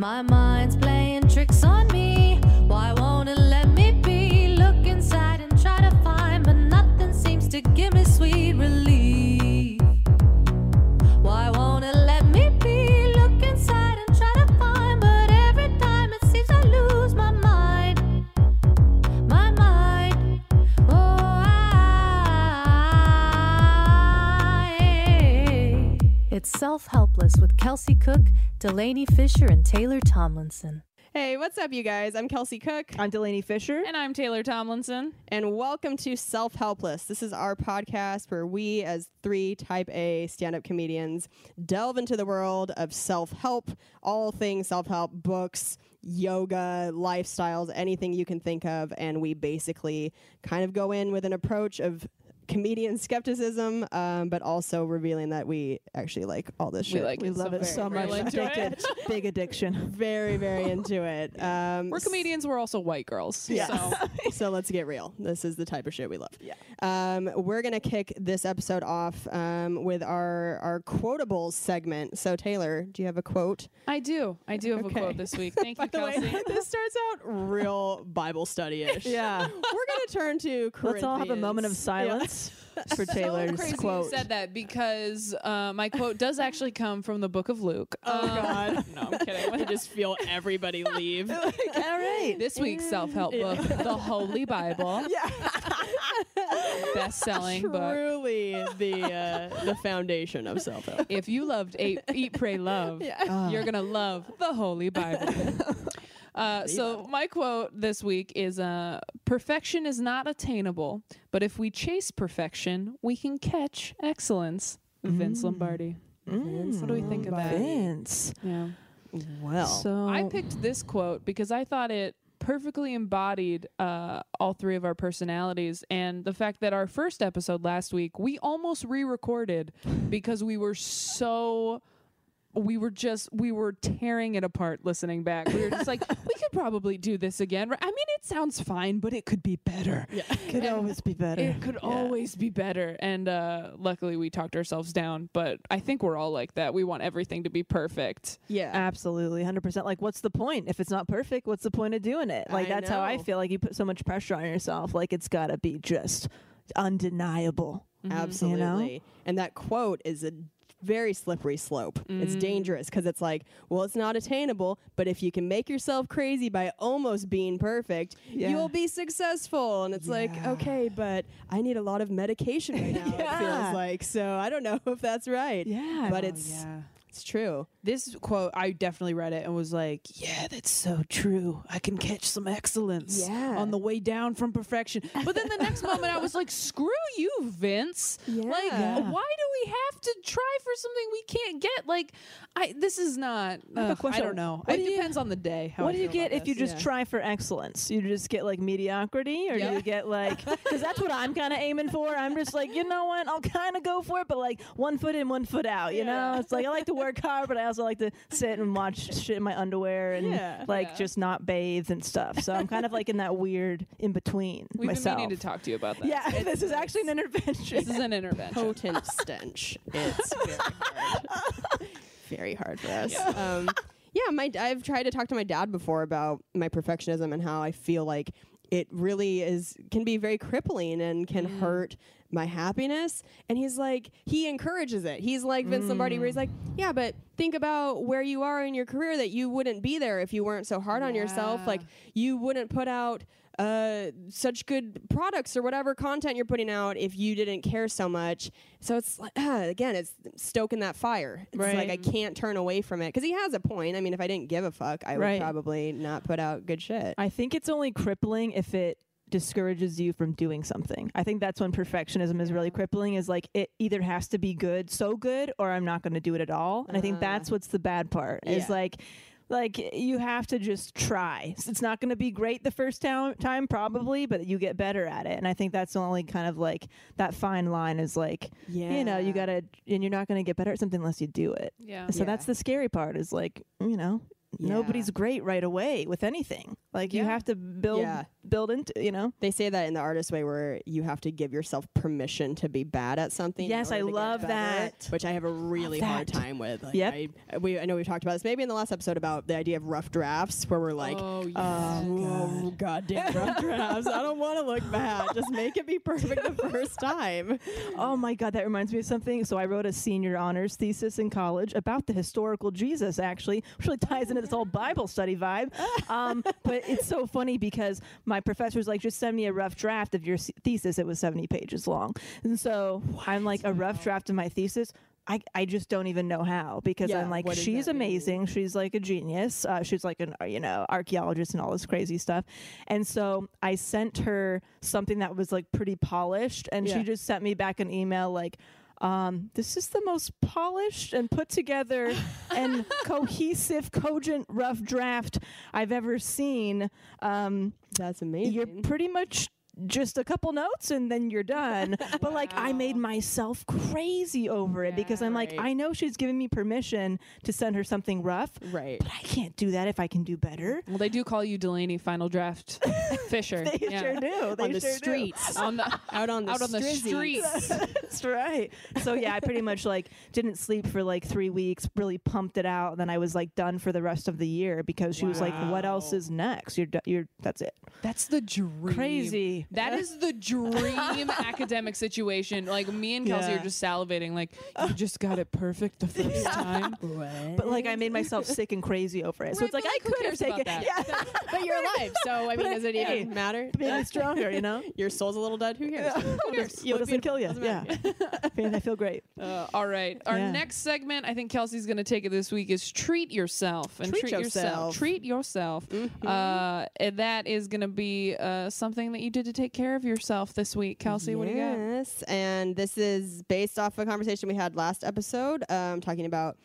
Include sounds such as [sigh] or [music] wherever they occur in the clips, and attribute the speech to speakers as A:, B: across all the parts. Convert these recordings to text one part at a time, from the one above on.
A: My mind's playing tricks on me. Why won't it let me be? Look inside and try to find, but nothing seems to give me sweet relief. Why won't it let me be? Look inside and try to find, but every time it seems I lose my mind. My mind. Oh, I. It's Self Helpless with Kelsey Cook, Delaney Fisher, and Taylor Tomlinson.
B: Hey, what's up, you guys? I'm Kelsey Cook,
C: I'm Delaney Fisher.
D: And I'm Taylor Tomlinson.
B: and welcome to Self Helpless. This is our podcast where we, as three type A stand up comedians, delve into the world of self help, all things self help, books, yoga, lifestyles, anything you can think of. And we basically kind of go in with an approach of comedian skepticism, um, but also revealing that we actually like all this shit.
D: like
E: We
D: it
E: love it
D: very
E: so
D: much.
E: much.
D: Really into
E: Addicted.
D: it.
E: Big addiction.
B: very, very into
E: [laughs]
B: it. Um,
D: We're
B: so-
D: comedians. We're also white girls.
B: Yes. [laughs]
D: So
B: so let's get real. This is the type of shit we love. Yeah. Um, we're gonna kick this episode off um, with our our quotables segment. So Taylor, do you have a quote?
D: I do. I do have
B: Okay.
D: a quote this [laughs] week. Thank you, Kelsey.
B: [laughs] this starts out real Bible study ish.
E: Yeah.
B: [laughs] We're gonna turn to Corinthians.
E: Let's all have a moment of silence
B: [laughs]
E: for
D: so
E: Taylor's
D: crazy you
E: quote.
D: said that because uh, my quote does actually come from the book of Luke. Oh
B: God.
D: [laughs] No, I'm kidding. I just feel
B: [laughs]
D: everybody leave.
E: All right.
D: this week's self-help book, The Holy Bible. [laughs] Yeah. Best-selling book.
B: Truly the uh, the foundation of self help.
D: [laughs] if you loved Eat, Eat Pray, Love, you're going to love the Holy Bible. Uh, so, my quote this week is uh, Perfection is not attainable, but if we chase perfection, we can catch excellence. Vince Lombardi. What do we think of that?
E: Vince.
D: Yeah.
B: Well,
E: So
D: I picked this quote because I thought it perfectly embodied uh, all three of our personalities and the fact that our first episode last week we almost re-recorded because we were so we were just we were tearing it apart listening back we were just like we could probably do this again i mean it sounds fine but it could be better
E: could always be better.
D: it could always be better. And uh, luckily, we talked ourselves down. But I think we're all like that. We want everything to be perfect.
B: yeah.
E: Absolutely, hundred percent. Like, what's the point if it's not perfect? What's the point of doing it? Like,
B: I
E: that's how I
B: know.
E: feel. Like, you put so much pressure on yourself. Like, it's gotta be just undeniable.
B: Absolutely. And that quote is a very slippery slope. It's dangerous because it's like, well, it's not attainable, but if you can make yourself crazy by almost being perfect,
E: Yeah.
B: you'll be successful. And it's like,
E: Yeah.
B: okay, but I need a lot of medication right now, it
E: Yeah.
B: feels like. So I don't know [laughs] if that's right.
E: Yeah.
B: But it's it's true.
D: This quote, I definitely read it and was like, yeah, that's so true. I can catch some excellence
E: Yeah.
D: on the way down from perfection. But then the next moment, I was like, screw you, Vince. Like,
B: Yeah.
D: why do we have to try for something we can't get? Like, I this is not.
C: I have a
D: ugh, I
C: question.
D: don't know.
C: What
D: it
C: do you-
D: depends on the day. How
C: what
D: I
C: do you
D: feel
C: get
D: about
C: if you
D: this.
C: just
D: Yeah.
C: try for excellence? You just get like mediocrity, or
D: Yeah.
C: do you get
D: [laughs]
C: like because that's what I'm kind of aiming for. I'm just like, you know what? I'll kind of go for it, but like one foot in, one foot out. You know, it's like I like to work hard, but I also like to sit and watch shit in my underwear and
B: Yeah.
C: like
D: Yeah.
C: just not bathe and stuff. So I'm kind of like in that weird in between
D: We've
C: myself.
D: been meaning to talk to you about that.
C: yeah, this is actually an intervention.
D: This is an intervention.
B: potent stench. It's very hard. very hard for us. Yeah. Um, yeah, my I've tried to talk to my dad before about my perfectionism and how I feel like it really is can be very crippling and can hurt my happiness. And he's like, he encourages it. He's like Vince Lombardi, where he's like, yeah, but think about where you are in your career that you wouldn't be there if you weren't so hard on yourself. Like you wouldn't put out uh, such good products or whatever content you're putting out if you didn't care so much. So it's like, ah, again, it's stoking that fire. It's like
C: Right.
B: I can't turn away from it because he has a point. I mean, if I didn't give a fuck, I
C: Right.
B: would probably not put out good shit.
C: I think it's only crippling if it discourages you from doing something. I think that's when perfectionism is really crippling is like it either has to be good, so good or I'm not going to do it at all. And I think that's what's the bad part. Is
B: Uh. yeah.
C: like like you have to just try. S- It's not going to be great the first time, time probably, but you get better at it. And I think that's the only kind of like that fine line is like you know, you
B: Yeah.
C: got to and you're not going to get better at something unless you do it.
D: Yeah.
C: Uh, So that's the scary part is like, you know, nobody's
B: Yeah.
C: great right away with anything. Like you
D: Yeah.
C: have to build
B: Yeah.
C: build into, you know.
B: They say that in the artist way where you have to give yourself permission to be bad at something. in
C: Yes,
B: order
C: I
B: to get
C: love
B: better,
C: that.
B: Which I have a really hard
C: that.
B: time with. Like,
C: Yep.
B: I, uh, we, I know we've talked about this maybe in the last episode about the idea of rough drafts where we're like,
D: Oh, yes.
B: oh, goddamn rough drafts. I don't want to look bad. Just make it be perfect the first time.
C: Oh my god, that reminds me of something. So I wrote a senior honors thesis in college about the historical Jesus actually, which really ties into this whole Bible study
B: [laughs]
C: vibe. Um, but it's so funny because my professor's like just send me a rough draft of your s- thesis. It was 70 pages long. And so I'm like a rough draft of my thesis. I, I just don't even know how because
B: Yeah,
C: I'm like
B: what does
C: she's
B: that mean?
C: amazing. amazing. She's like a genius. Uh, she's like an uh, you know archaeologist and all this crazy stuff. And so I sent her something that was like pretty polished, and
B: Yeah.
C: she just sent me back an email like. Um, this is the most polished and put
B: [laughs]
C: together and cohesive, cogent rough draft I've ever seen. Um,
B: That's amazing.
C: you're pretty much just a couple notes and then you're done. But like
B: [laughs]
C: I made myself crazy over it because I'm like,
B: right.
C: I know she's giving me permission to send her something rough,
B: right.
C: but I can't do that if I can do
D: [laughs]
C: better.
D: Well, they do call you Delaney
C: [laughs]
D: Final Draft Fisher.
C: They
D: Yeah.
C: sure do. They
B: on the
C: sure do.
B: streets.
C: [laughs]
D: On the
B: out on the
D: out on the
B: strizzies.
D: streets.
C: That's right. So yeah, I pretty much like didn't sleep for like three weeks. Really pumped it out. and Then I was like done for the rest of the year because she was like, "What else is next? You're do- you're that's it."
D: That's the dream.
C: Crazy.
D: That is
C: [laughs]
D: the dream academic situation. Like me and Kelsey
C: Yeah.
D: are just salivating. Like
C: [laughs]
D: you just got it perfect the first time.
C: But like I made myself sick and crazy over it. So
D: Right,
C: it's like
D: but,
C: I
D: like, who
C: could have
D: cares about
C: taken.
D: that?
C: [laughs] Yeah,
B: [laughs] But you're alive, so I mean,
C: But
B: does it
C: hey,
B: even matter?
C: made me stronger. You know.
B: [laughs] Your soul's a little dead. Who cares? [laughs] Who cares?
C: It doesn't kill you.
B: Doesn't
C: yeah.
B: matter.
C: Man, I feel great.
D: Uh, all right. Our
C: Yeah.
D: next segment, I think Kelsey's going to take it this week, is treat yourself and
B: Treat
D: treat,
B: yourself.
D: yourself. Treat yourself.
C: Mm-hmm.
D: Uh, and that is going to be uh, something that you did to take care of yourself this week. Kelsey, what do you got?
B: Yes, and this is based off a conversation we had last episode, um, talking about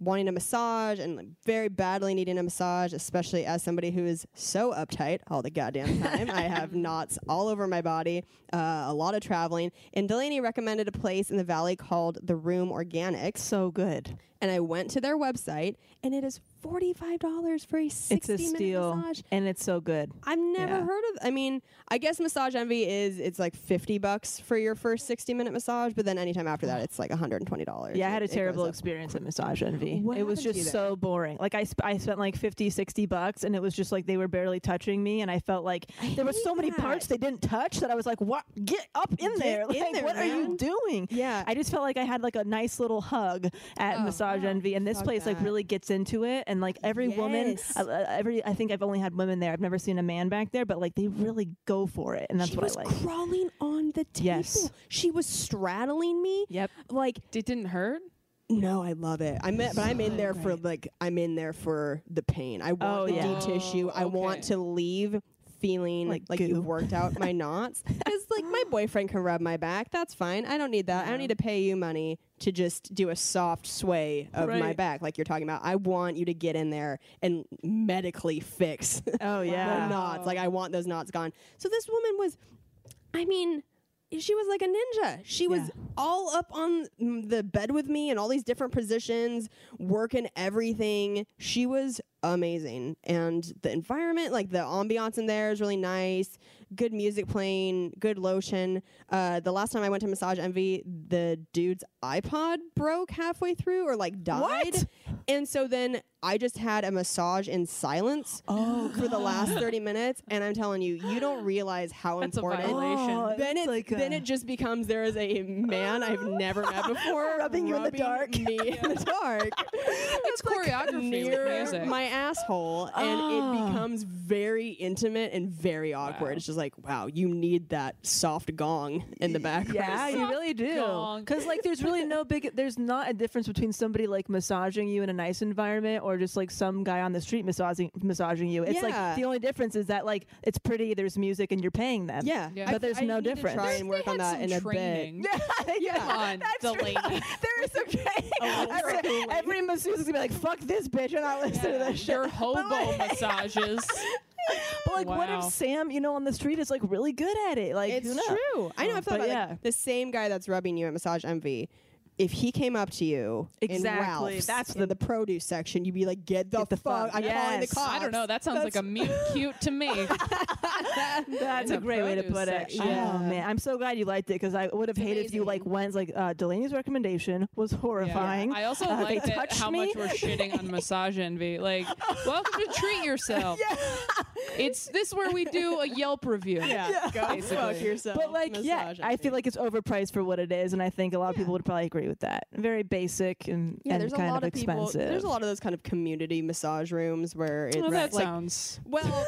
B: wanting a massage and like, very badly needing a massage, especially as somebody who is so uptight all the goddamn time. I [laughs] have knots all over my body, uh, a lot of traveling, and Delaney recommended a place in the valley called The Room Organics,
C: So good.
B: and I went to their website, and it is forty five dollars for a
C: It's
B: [laughs] sixty
C: a
B: minute
C: steal,
B: massage.
C: and it's so good.
B: I've never
C: Yeah.
B: heard of. I mean, I guess massage envy is it's like fifty bucks for your first sixty minute massage, but then anytime after that, it's like one hundred and twenty dollars.
C: Yeah, I had a terrible experience at Massage Envy.
B: What
C: it was
B: happened to you
C: just
B: there?
C: so boring. Like I, sp- I spent like 50, 60 bucks, and it was just like they were barely touching me, and I felt like there were
B: hate
C: so many
B: that.
C: parts they didn't touch that I was like, "What? Get up in there!
B: in
C: Like,
B: there,
C: what are
B: man."
C: you doing?"
B: Yeah. Oh,
C: I just felt like I had like a nice little hug at Massage Envy, and this
B: Fuck
C: place
B: that.
C: like really gets into it, and like every woman,
B: Yes.
C: I, I- every I think I've only had women there. I've never seen a man back there, but like they really go for it, and that's
B: She
C: what
B: was
C: I like.
B: crawling on the table.
C: Yes.
B: She was straddling me.
C: Yep.
B: Like
D: It didn't hurt?
B: no, I love it. I'm in- but I'm in there for like I'm in there for the pain. I want
C: Oh,
B: the
C: yeah.
B: deep tissue. I want
D: okay.
B: to leave feeling like,
C: Like goo.
B: you've worked
C: [laughs]
B: out my knots. It's like my boyfriend can rub my back. That's fine. I don't need that. I don't need to pay you money to just do a soft sway of my
C: Right.
B: back like you're talking about. I want you to get in there and medically fix
C: Oh
B: [laughs] the
C: yeah.
B: knots. Like I want those knots gone. So this woman was, I mean, she was like a ninja. She was all up on mm, the bed with me in all these different positions, working everything. She was amazing, and the environment, like the ambiance in there, is really nice. Good music playing, good lotion. Uh, the last time I went to Massage Envy, the dude's iPod broke halfway through, or like died, and so then I just had a massage in silence
D: Oh,
B: for the last 30 minutes and i'm telling you you don't realize how
D: That's a
B: important
D: violation.
C: Oh,
B: then,
C: it's
B: it,
C: like
B: then
C: a-
B: it just becomes there is a man i've never
C: [laughs]
B: met before
C: Rubbing you in the dark. [laughs]
B: me in the [laughs] dark
D: It's choreography
B: near
D: with music.
B: my asshole and
C: Ah.
B: it becomes very intimate and very awkward it's just like wow you need that soft gong in the background [laughs]
C: Yeah, you really do.
D: gong.
C: Because like, there's really no big. There's not a difference between somebody like massaging you in a nice environment or just like some guy on the street massaging massaging you. It's
B: Yeah.
C: like the only difference is that like it's pretty. There's music and you're paying them.
B: yeah,
D: Yeah.
B: I-
C: but there's
B: I
C: no
B: need to
C: difference. [laughs]
B: try
D: [laughs]
B: and work
D: They
B: on
D: had
B: that
D: some
B: in a bit
D: training. Come on, Delaney.
C: [laughs] There is some training. [laughs] Every, every masseuse is gonna be like, "Fuck this bitch," and I listen to this shit. [laughs]
D: Your hobo massages.
C: But like, what
D: Wow.
C: if Sam, you know, on the street is like really good at it? Like,
B: It's
C: who knows?
B: true. I know. I've thought
C: But
B: about
C: yeah.
B: it. Like, the same guy that's rubbing you at Massage Envy. If he came up to you
C: Exactly.
B: in Ralph's,
C: That's
B: in the, produce section, you'd be like, "Get the,
C: Get the
B: fuck!
C: fuck-
B: I'm calling the
C: Yes.
B: cops."
D: I don't know. That sounds like a mute cute
C: [laughs]
D: to me.
C: That's
D: In
C: a
D: the
C: great way to
D: produce
C: put
D: section.
C: it. Oh man, I'm so glad you liked it because I would have hated if you like went like uh, Delaney's recommendation was horrifying.
D: I also
C: Uh, they
D: like that
C: touched
D: how
C: me.
D: much
C: [laughs]
D: we're shitting on massage envy. Like, welcome to treat yourself. It's this where we do a Yelp review.
B: yeah, go fuck
D: Basically.
B: yourself.
C: But like, yeah,
B: Massage
C: I
B: Envy.
C: feel like it's overpriced for what it is, and I think a lot of people would probably agree with that. Very basic and,
B: yeah.
C: and
B: There's a
C: kind
B: lot
C: of
B: of people.
C: expensive.
B: There's a lot of those kind of community massage rooms where it's
D: Well, that
B: like,
D: sounds. [laughs]
B: well,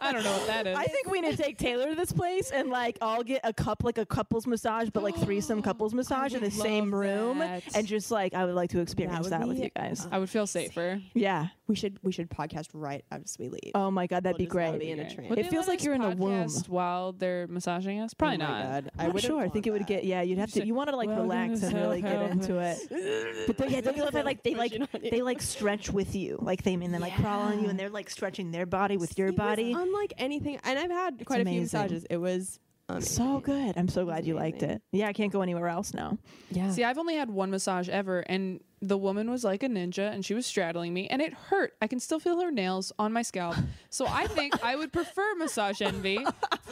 D: I don't know what that is.
C: [laughs] I think we need to take Taylor to this place and like all get a cup like a couples massage, but like
D: [gasps]
C: threesome couples massage in the
D: would
C: same
D: love
C: room,
D: that.
C: and just like I would like to experience
B: would
C: that, with
B: be
C: you guys.
D: I would feel safer.
C: yeah.
B: we should we should podcast right as we leave.
C: Oh my god, that'd be
B: just all
C: great.
B: be in a
D: Right.
B: trance.
D: Would
C: It
D: they
C: feels
D: let
C: like
D: us
C: you're in a womb. Oh
D: podcast while they're massaging us. Probably
B: Oh my
D: not.
B: God. I
C: I'm
B: would
C: sure. I think it would
B: [laughs]
C: get. Yeah, you'd have to.
D: say,
C: You want to like
D: "Welcome to
C: relax and really get
D: self-help."
C: into [laughs] it. But
B: [laughs]
C: then, yeah, don't you love that? Like they like
B: Pushing on you.
C: they like stretch with you. Like they mean they like crawl on you and they're like stretching their body with your
B: It was
C: body.
B: unlike anything, and I've had quite a few
C: amazing.
B: massages. It was amazing.
C: So good. I'm so glad you liked
B: amazing.
C: it. Yeah, I can't go anywhere else now.
B: yeah.
D: See, I've only had one massage ever, and the woman was like a ninja, and she was straddling me, and it hurt. I can still feel her nails on my scalp. So I think I would prefer Massage Envy. [laughs]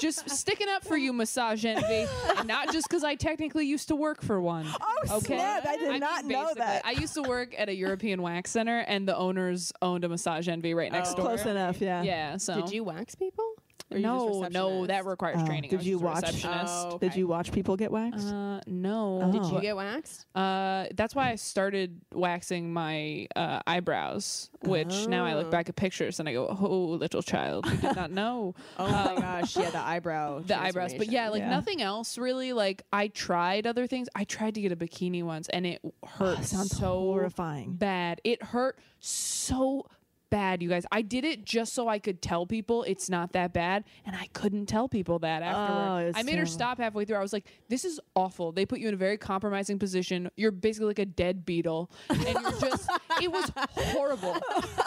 D: just sticking up for you, Massage Envy, and not just because I technically used to work for one.
C: Oh, snap. I did
D: mean,
C: not know
D: basically,
C: that.
D: I used to work at a European wax center, and the owners owned a Massage Envy right next door.
C: Oh, Close enough. Yeah.
D: Yeah. So
B: Did you wax people? Or you just
D: No, no, that
B: receptionist?
D: requires
C: Oh,
D: training. I
C: did
D: was
C: you
D: just a
C: watch?
D: Receptionist.
B: Oh.
C: Did you watch people get waxed? Oh,
D: Uh, no.
C: Did
B: Did you get waxed?
D: Uh, that's why I started waxing my uh, eyebrows, which now I look back at pictures and I go, "Oh, little child, you did not know."
B: Oh my
D: [laughs]
B: gosh, yeah, the eyebrow.
D: the eyebrows but
C: [laughs]
D: yeah like nothing else really like i tried other things i tried to get a bikini once and it hurt
C: oh, sounds
D: so
C: horrifying.
D: bad it hurt so bad you guys i did it just so i could tell people it's not that bad and i couldn't tell people that
C: Oh,
D: afterward
C: it's
D: i made her
C: terrible.
D: stop halfway through i was like this is awful they put you in a very compromising position you're basically like a dead beetle and you're
C: [laughs]
D: just it was horrible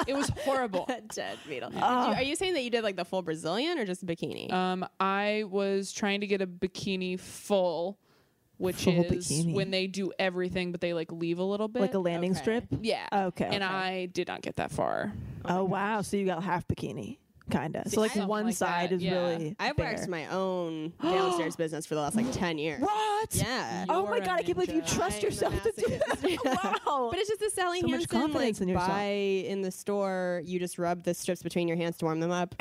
D: it was
C: [laughs]
D: horrible
B: Dead beetle. Did you-
C: Ah.
B: are you saying that you did like the full Brazilian or just bikini?
D: Um, I was trying to get a bikini full, which
C: Full
D: is
C: bikini.
D: when they do everything, but they like leave a little bit.
C: like a landing
B: Okay.
C: strip?
D: yeah.
C: Okay,
D: And
C: okay.
D: I did not get that far.
C: Oh, wow. So you got half bikini, kind of. So like
D: Something
C: one
D: like
C: side
D: that,
C: is
D: yeah.
C: really.
B: I've waxed
C: bare.
B: my
C: [gasps]
B: own downstairs business for the last like ten years.
C: What?
B: Yeah.
C: Oh my
D: You're a
C: god, I can't believe you
D: ninja.
C: trust yourself to do that.
D: [laughs]
C: [laughs] wow.
B: But it's just the Sally
C: So much
B: Hansen
C: confidence
B: like
C: in yourself.
B: buy in the store. You just rub the strips between your hands to warm them up.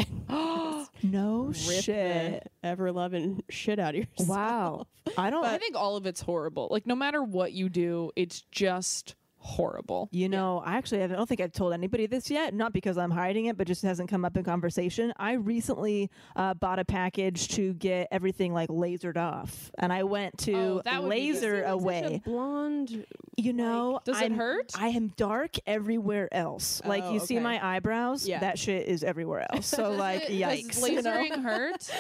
C: no
B: Rip
C: shit.
B: the ever loving shit out of yourself.
C: Wow. I don't
D: I think all of it's horrible. Like no matter what you do, it's just horrible.
C: You know, I actually I don't think I've told anybody this yet, not because I'm hiding it, but just hasn't come up in conversation. I recently uh, bought a package to get everything like lasered off, and I went to
D: Oh, that would be good.
C: laser away.
B: [laughs] blonde.
C: You know,
D: does it
C: I'm-
D: hurt?
C: I am dark everywhere else. like
B: Oh,
C: you see
B: okay.
C: my eyebrows,
B: Yeah.
C: that shit is everywhere else.
D: [laughs]
C: So like, yikes.
D: Does
C: you know?
D: lasering hurt?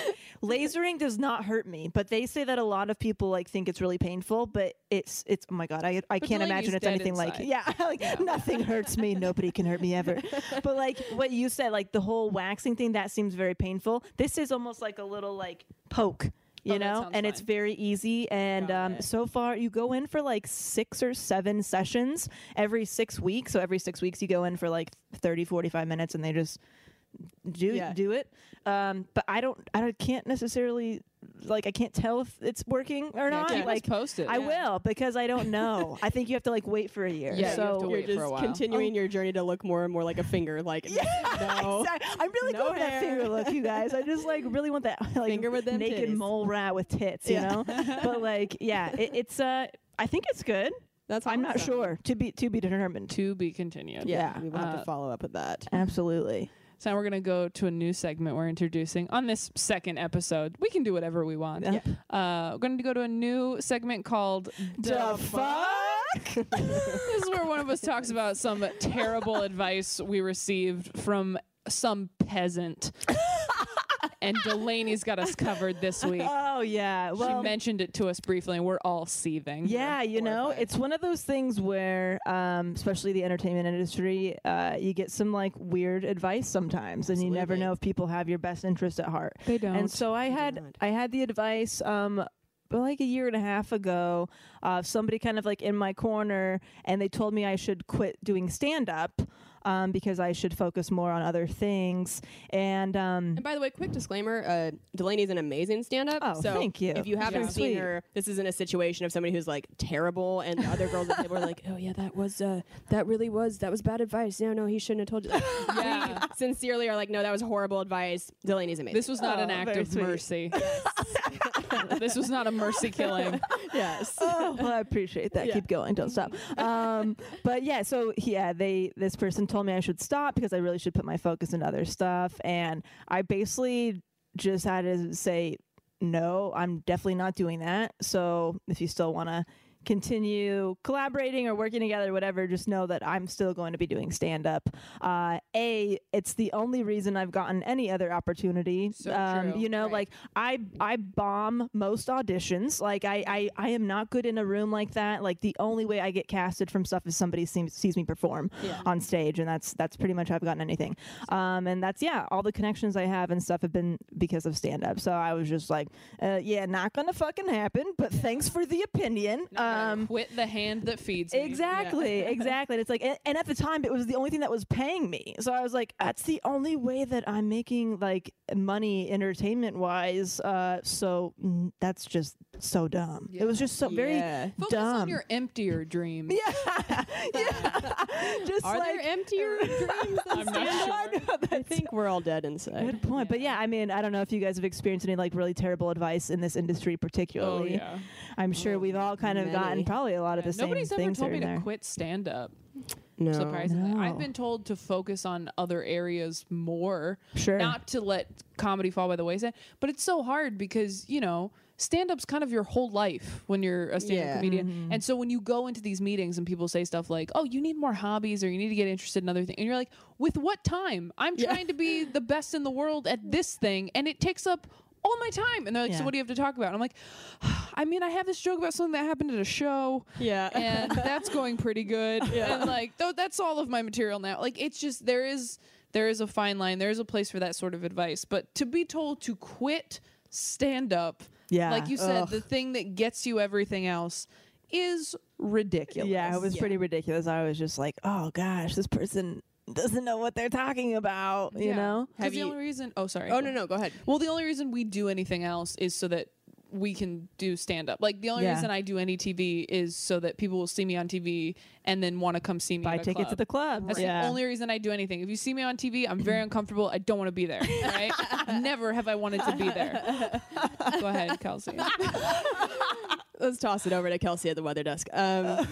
C: Lasering does not hurt me, but they say that a lot of people like think it's really painful, but it's it's oh my god, I I can't
D: But Delaney's
C: imagine it's
D: dead
C: anything
D: inside.
C: like yeah, [laughs] like nothing hurts me, nobody can hurt me
D: [laughs]
C: ever. but like what you said, like the whole waxing thing, that seems very painful. This is almost like a little like poke. You
D: Oh, that
C: know,
D: sounds
C: and it's
D: fine.
C: very easy. And
D: Got
C: um,
D: it.
C: so far, you go in for like six or seven sessions every six weeks. So every six weeks, you go in for like 30, 45 minutes, and they just do
B: Yeah.
C: do it. Um, but I don't, I don't, can't necessarily like I can't tell if it's working or [laughs] not.
D: keep us
C: like
D: posted.
C: I
D: Yeah.
C: will because I don't know. I think you have to like wait for a year.
D: Yeah, you
C: so
D: have to
B: You're
D: wait for a
B: just
D: while.
C: Oh.
B: continuing your journey to look more and more like a
C: [laughs]
B: finger. Like [laughs] no.
C: Exact- [laughs] I'm really
B: No
C: going that
B: hair.
C: finger look, you guys. I just like really want that [laughs] like
B: Finger with them
C: naked
B: titties.
C: mole rat with tits, you
B: Yeah.
C: know. but
B: [laughs]
C: like, yeah, it, it's uh, I think it's good.
B: That's
C: I'm not
B: awesome.
C: sure to be to be determined.
D: to be continued.
B: Yeah,
C: Yeah,
B: we will have to follow up with that.
C: Absolutely.
D: So now we're gonna go to a new segment we're introducing on this second episode. We can do whatever we want.
C: Yep.
D: Uh, we're going to go to a new segment called
C: The
D: fuck. this is where one of us talks about some terrible
C: [laughs]
D: advice we received from some peasant. and Delaney's got us covered this week.
C: Oh yeah. Well,
D: she mentioned it to us briefly, and we're all seething.
C: Yeah, you know, it's one of those things where, um, especially the entertainment industry, uh, you get some like weird advice sometimes, and you never know if people have your best interest at heart.
D: They don't.
C: And [laughs] so I had, I had the advice. Um, like a year and a half ago, uh, somebody kind of like in my corner, and they told me I should quit doing stand up um, because I should focus more on other things. And um,
B: And by the way, quick disclaimer: uh, Delaney's an amazing stand-up.
C: Oh,
B: so
C: thank you.
B: If you haven't
C: Yeah.
B: seen
C: Sweet.
B: her, this isn't a situation of somebody who's like terrible, and the other girls at the table are like, [laughs] "Oh yeah, that was uh, that really was that was bad advice. No, no, he shouldn't have told you." [laughs] Like,
D: Yeah.
B: we Sincerely, are like, "No, that was horrible advice." Delaney's amazing.
D: [laughs] This was not an
C: Oh,
D: act
C: very
D: of
C: sweet. [laughs]
D: mercy. this was not a mercy killing.
B: yes.
C: oh, well, I appreciate that.
B: Yeah.
C: Keep going. Don't stop. Um, but yeah, so yeah, they this person told me I should stop because I really should put my focus into other stuff, and I basically just had to say no. I'm definitely not doing that. So if you still want to continue collaborating or working together whatever just know that i'm still going to be doing stand up uh a it's the only reason i've gotten any other opportunity Um,
D: So true.
C: you know
B: Right.
C: like I I bomb most auditions. Like I, I I am not good in a room like that. Like the only way I get casted from stuff is somebody sees, sees me perform on stage, and that's that's pretty much how I've gotten anything. Um, and that's yeah, all the connections I have and stuff have been because of stand up. So I was just like, uh, yeah, not gonna fucking happen. But thanks for the opinion. Um,
D: [laughs] Quit the hand that feeds me.
C: Exactly, exactly. And it's like, and, and at the time, it was the only thing that was paying me. So I was like, that's the only way that I'm making like money, entertainment wise. Uh, so mm, that's just so dumb. It was just so very
B: Yeah.
D: Focus
C: dumb.
D: on your emptier dreams.
C: [laughs] yeah, yeah. just
B: Are
C: like
B: there
C: [laughs]
B: emptier dreams? than
D: I'm not
B: stand-up?
D: sure.
B: uh, [laughs] I think we're all dead inside.
C: Good point. But yeah, I mean, I don't know if you guys have experienced any like really terrible advice in this industry,
D: Oh
C: particularly.
D: yeah.
C: I'm sure we've all kind of
B: many.
C: gotten probably a lot of the same
D: Nobody's ever
C: things
D: told
C: that are
D: me
C: in
D: to
C: there. Oh,
D: quit stand up.
B: No.
D: Surprisingly, I've
C: No.
D: been told to focus on other areas more,
C: Sure.
D: not to let comedy fall by the wayside. But it's so hard because you know stand up's kind of your whole life when you're a stand up
B: Yeah.
D: comedian.
C: Mm-hmm.
D: And so when you go into these meetings and people say stuff like, "Oh, you need more hobbies," or "You need to get interested in other things," and you're like, "With what time? I'm trying to be the best in the world at this thing, and it takes up." All my time, and they're like, "So
C: Yeah.
D: what do you have to talk about?" And I'm like, "I mean, I have this joke about something that happened at a show,
B: Yeah.
D: and
C: [laughs]
D: that's going pretty good. And like, though that's all of my material now. Like, it's just there is there is a fine line. There is a place for that sort of advice, but to be told to quit stand up,
C: Yeah.
D: like you said, the thing that gets you everything else is ridiculous.
C: Yeah, it was pretty ridiculous. I was just like, oh gosh, this person doesn't know what they're talking about, you
D: Yeah.
C: know?
D: 'Cause
B: Have
D: the
B: you-
D: only reason? Oh, sorry.
B: Oh no, no, go ahead.
D: Well, the only reason we do anything else is so that we can do stand up. Like the only
C: Yeah.
D: reason I do any TV is so that people will see me on TV and then want to come see me.
C: Buy
D: at a
C: tickets
D: club.
C: at the club.
D: That's the only reason I do anything. If you see me on TV, I'm
C: [laughs]
D: very uncomfortable. I don't want to be there. Right?
C: [laughs]
D: Never have I wanted to be there. Go ahead, Kelsey.
B: Let's toss it over to Kelsey at the weather desk. [laughs] Um,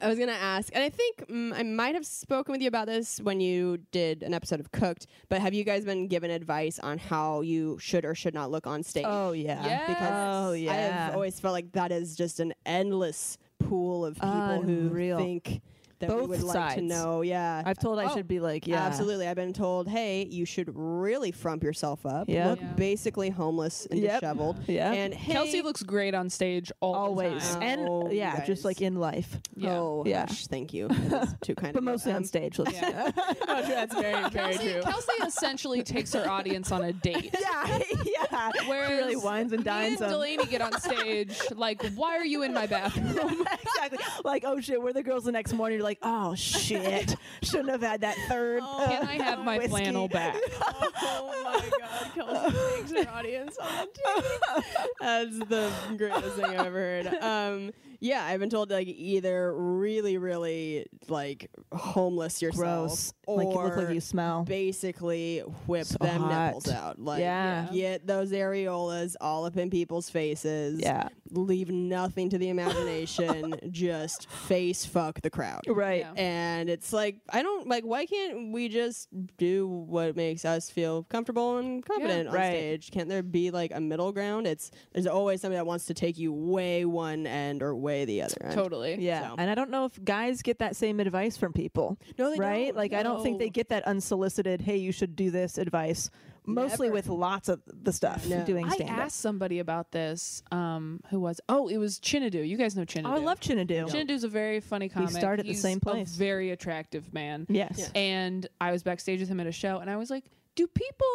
B: I was gonna ask, and I think mm, I might have spoken with you about this when you did an episode of Cooked. But have you guys been given advice on how you should or should not look on stage?
C: Oh yeah.
D: Yes.
B: because
C: Oh
B: I
C: yeah.
B: have always felt like that is just an endless pool of people
C: Unreal.
B: who think that we
C: Both
B: would like to
C: sides.
B: know. Yeah,
C: I've told I
B: Oh,
C: should be like, yeah,
B: Absolutely. I've been told, hey, you should really frump yourself up.
C: Yep.
B: Look basically homeless and
C: Yep.
B: disheveled.
C: Yep.
B: And hey,
D: Kelsey looks great on stage all
C: always,
D: The time.
B: time.
C: and
B: Oh, you
C: yeah, just
B: guys.
C: like in life,
D: Yeah.
B: Oh,
C: Yeah.
B: gosh,
C: [laughs]
B: thank you. That's too kind
C: but
B: of you.
C: mostly on
B: Um,
C: stage. Let's
B: That's very, very
D: Kelsey,
C: [laughs]
D: Kelsey essentially takes her audience on a date.
C: yeah, [laughs] yeah.
D: Whereas
C: She really wines and
D: me and
C: dines them.
D: Delaney get on stage
C: [laughs]
D: like, why are you in my bathroom?
C: exactly. Like, oh shit, we're the girls the next morning. You're like, oh
D: [laughs]
C: shit, shouldn't have had that third.
D: Oh,
C: uh,
D: Can I have my
C: [laughs] whiskey.
D: flannel back?
B: [laughs] Oh my god, Kelsey takes her audience on [laughs] a date. That's the greatest thing I've ever heard. Um, yeah, I've been told like either really, really like homeless yourself,
C: Gross.
B: or
C: like you look like you smell.
B: basically whip
C: So
B: them
C: hot.
B: nipples out. Like
C: Yeah.
B: get those areolas all up in people's faces.
C: Yeah.
B: Leave nothing to the imagination. just face fuck the crowd.
C: Right.
D: Yeah.
B: And it's like I don't like why can't we just do what makes us feel comfortable and confident on
C: Right.
B: stage? Can't there be like a middle ground? It's there's always somebody that wants to take you way one end or way the other end.
D: Totally.
C: Yeah,
B: So-
C: and I don't know if guys get that same advice from people.
B: No, they
C: right?
B: don't.
C: Like I don't think
D: No.
C: they get that unsolicited. Hey, you should do this advice. Mostly
B: Never.
C: with lots of the stuff
B: No.
C: doing
D: I
C: stand up.
D: asked somebody about this. Um, who was? Oh, it was Chinadu. You guys know Chinadu.
C: Oh, I love Chinadu.
D: Chinadu's a very funny comic.
C: start at the
D: He's
C: same
D: a
C: place.
D: very attractive man.
C: Yes.
D: And I was backstage with him at a show, and I was like, "Do people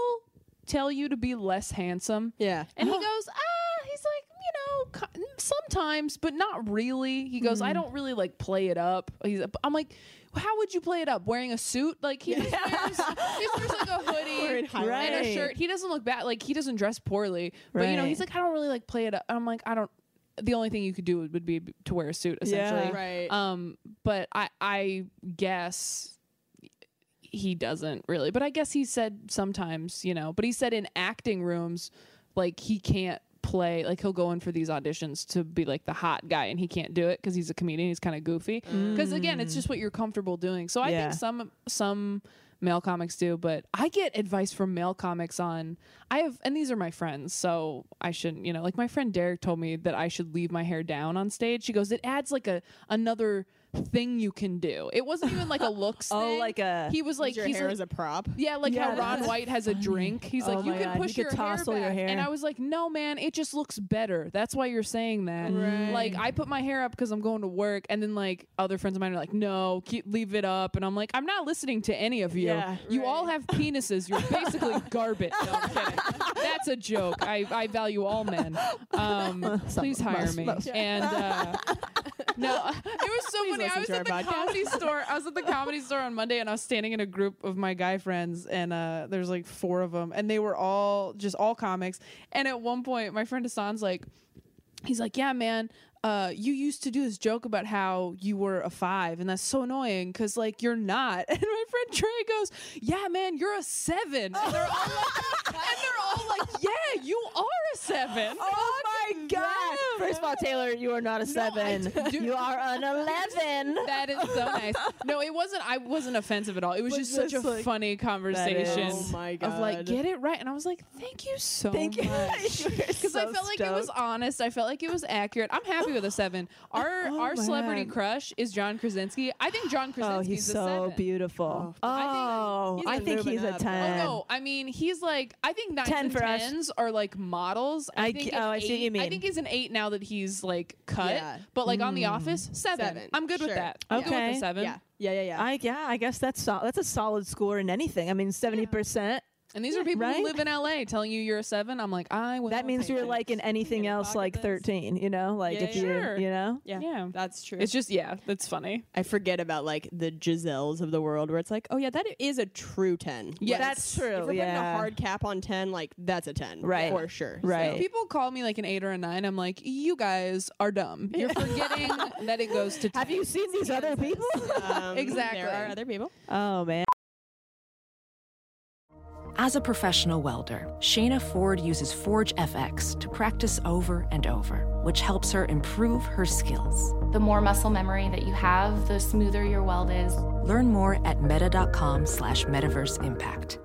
D: tell you to be less handsome?"
B: Yeah.
D: And he goes, "Ah," he's like, "You know, co- sometimes, but not really." He goes, "I don't really like play it up." He's, I'm like, "How would you play it up? Wearing a suit? Like he just wears, he just wears like a
B: Or in
D: hoodie
B: highlights.
D: and
C: Right.
D: a shirt. He doesn't look bad. Like he doesn't dress poorly, but you know,
C: Right.
D: he's like, I don't really like play it up." And I'm like, "I don't." The only thing you could do would be to wear a suit, essentially.
C: Yeah.
B: Right.
D: Um, but I I guess he doesn't really. But I guess he said sometimes, you know. But he said in acting rooms, like he can't play. Like he'll go in for these auditions to be like the hot guy, and he can't do it because he's a comedian. He's kind of goofy. Because again, it's just what you're comfortable doing. So I
C: Yeah.
D: think some some male comics do but i get advice from male comics on i have and these are my friends so i shouldn't you know like my friend derek told me that i should leave my hair down on stage she goes it adds like a another thing you can do it wasn't even like a looks
C: [laughs] Oh,
D: thing.
C: like a-
D: he was like
B: Your
D: he's
B: hair
D: like-
B: is a prop.
D: [laughs] yeah, like
C: Yeah, [laughs]
D: how Ron
C: that's
D: White has a drink. He's
C: Oh
D: like, you
C: my
D: can
C: God, you
D: push
C: could
D: your,
C: toss all
D: hair
C: your
D: back.
C: hair.
D: And I was like, no, man, it just looks better. That's why you're saying that. Like, I put my hair up because I'm going to work. And then, like, other friends of mine are like, no, keep, leave it up. And I'm like, I'm not listening to any of you.
C: Yeah.
D: you all have penises. You're
C: [laughs]
D: basically garbage. No, I'm kidding. That's a joke. I, I value
C: [laughs]
D: all men. Um, please hire
C: most-
D: me.
C: most.
D: And, uh,
B: [laughs]
D: no, it was so funny.
B: listen
D: I was
B: to
D: at the
B: our podcast.
D: comedy store.
B: [laughs]
D: I was at the comedy store on Monday, and I was standing in a group of my guy friends, and uh, there's like four of them, and they were all just all comics. And at one point, my friend Hassan's like, he's like, "Yeah, man." Uh, you used to do this joke about how you were a five, and that's so annoying because like you're not. [laughs] And my friend Trey goes, "Yeah, man, you're a seven. And they're all
B: [laughs]
D: like, and they're all like, "Yeah, you are a seven.
C: Oh my god! First of all, Taylor, you are not a seven.
D: do-
C: you are an
D: [laughs]
C: eleven.
D: That is so nice. No, it wasn't. I wasn't offensive at all. It was just such a
C: just like-
D: funny conversation
B: Oh my
D: of like,
B: God.
D: get it right. And I was like, thank you
C: [laughs]
D: so
C: Thank [laughs] you.
D: [laughs] much.
C: Because
D: Because I felt like it was honest. I felt like it was accurate. I'm happy with
C: [gasps]
D: a seven. Our our celebrity
C: Oh God.
D: crush is John Krasinski. I think John Krasinski's
C: Oh, he's
D: a
C: so
D: seven.
C: beautiful.
D: I
C: Oh,
D: think-
C: I
D: he's
C: think he's
B: moving
C: a
B: up.
C: ten.
D: Oh no! I mean, he's like I think nines
C: 10
D: and
C: for us.
D: tens are like models. I,
C: I
D: think
C: g-
D: an
C: oh, I see what you
D: eight- I
C: mean.
D: think he's an eight now that he's like cut.
B: Yeah.
D: But like on The Office, seven.
B: Seven.
D: I'm good
B: Sure.
D: with that.
C: Yeah.
D: I'm good with
C: Okay.
D: a seven.
B: Yeah. Yeah. Yeah. Yeah.
C: I yeah, I guess that's sol- that's a solid score in anything. I mean, seventy percent.
D: And these are people
C: right?
D: who live in LA telling you you're a seven. I'm like, I will.
C: That means
D: take
C: you're
D: it.
C: like in anything else,
D: pocket
C: like
D: this.
C: thirteen. You know, like
B: Yeah,
C: if
B: yeah,
C: you,
D: sure.
C: you know,
B: yeah.
D: Yeah.
B: That's true.
D: It's just yeah, that's funny.
B: I forget about like the Giselles of the world where it's like, oh yeah, that is a true 10.
D: Yes.
C: that's
D: If
C: true.
B: Like, if we're putting
C: yeah,
B: a hard cap on 10, like that's a 10.
C: Right.
B: For sure.
C: Right.
D: If people call me like an eight or a nine, I'm like, you guys are dumb. You're forgetting
C: [laughs]
D: that it goes to. 10.
C: Have you seen these other [laughs]
B: [laughs]
C: people?
B: So, um,
D: Exactly.
B: There are other people.
C: oh man.
E: As a professional welder, Shayna Ford uses Forge FX to practice over and over, which helps her improve her skills.
F: The more muscle memory that you have, the smoother your weld is.
E: Learn more at meta.com slash metaverse impact.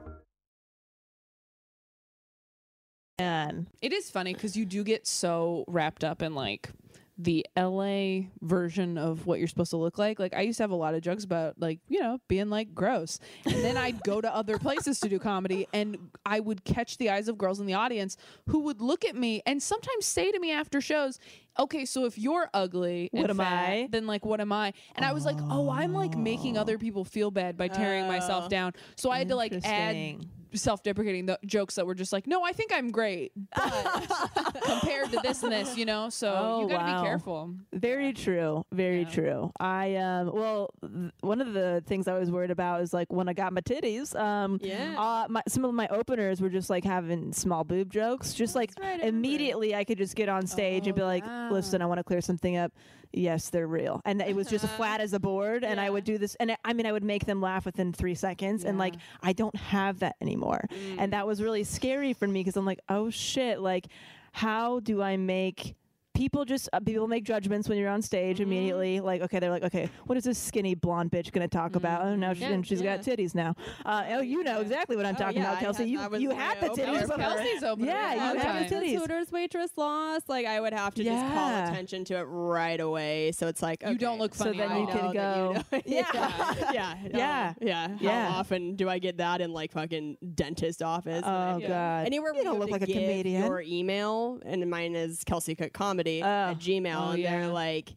G: Man.
D: It is funny because you do get so wrapped up in like the LA version of what you're supposed to look like. Like I used to have a lot of jokes about like, you know, being like gross. And then I'd go to other places to do comedy and I would catch the eyes of girls in the audience who would look at me and sometimes say to me after shows, "Okay, so if you're ugly, and
C: What am
D: fat,
C: I?" Oh.
D: Then like what am I?" And I was like, "Oh, I'm like making other people feel bad by tearing myself down." So I had to like add
C: Interesting.
D: self-deprecating the jokes that were just like, "No, I think I'm great." But compared to this and this, you know? So
C: Oh,
D: you got to
C: wow.
D: be careful.
C: Very true. Very true. I um well th- one of the things I was worried about is like when I got my titties um
B: Yeah.
C: uh, my, some of my openers were just like having small boob jokes just like immediately I could just get on stage and be like listen I want to clear something up yes they're real and it was just flat as a board and I would do this and I- I mean I would make them laugh within 3 seconds and like I don't have that anymore and that was really scary for me because I'm like oh shit like how do I make people just uh, people make judgments when you're on stage
B: Mm-hmm.
C: immediately like okay they're like okay what is this skinny blonde bitch going to talk about oh now she, and she's got titties now uh, oh you know exactly what i'm talking
B: Mm-hmm. yeah,
C: about
B: I
C: kelsey
B: had-
C: you,
B: that was
C: you
B: my
C: had the
B: opener. That
C: titties before.
B: was
D: Kelsey's opener
C: yeah
D: all
C: you
D: the
C: had the
D: time.
B: the
C: titties
B: Hooters waitress lost. Like I would have to just
C: Yeah.
B: call attention to it right away. So it's like okay,
D: You don't look
C: so
D: funny.
C: then
D: at
C: you can
D: all. [laughs]
C: go
B: [laughs]
C: yeah [laughs]
B: yeah, yeah,
C: Yeah.
B: Oh, yeah. How
C: Yeah.
B: often do I get that in like fucking dentist office?
C: oh
B: Like,
C: god
B: Anywhere
C: you
B: where
C: don't
B: have
C: look
B: to
C: like a
B: give
C: comedian
B: Your email and mine is Kelsey Cook Comedy at Gmail,
D: Oh,
B: and
D: yeah.
B: they're like,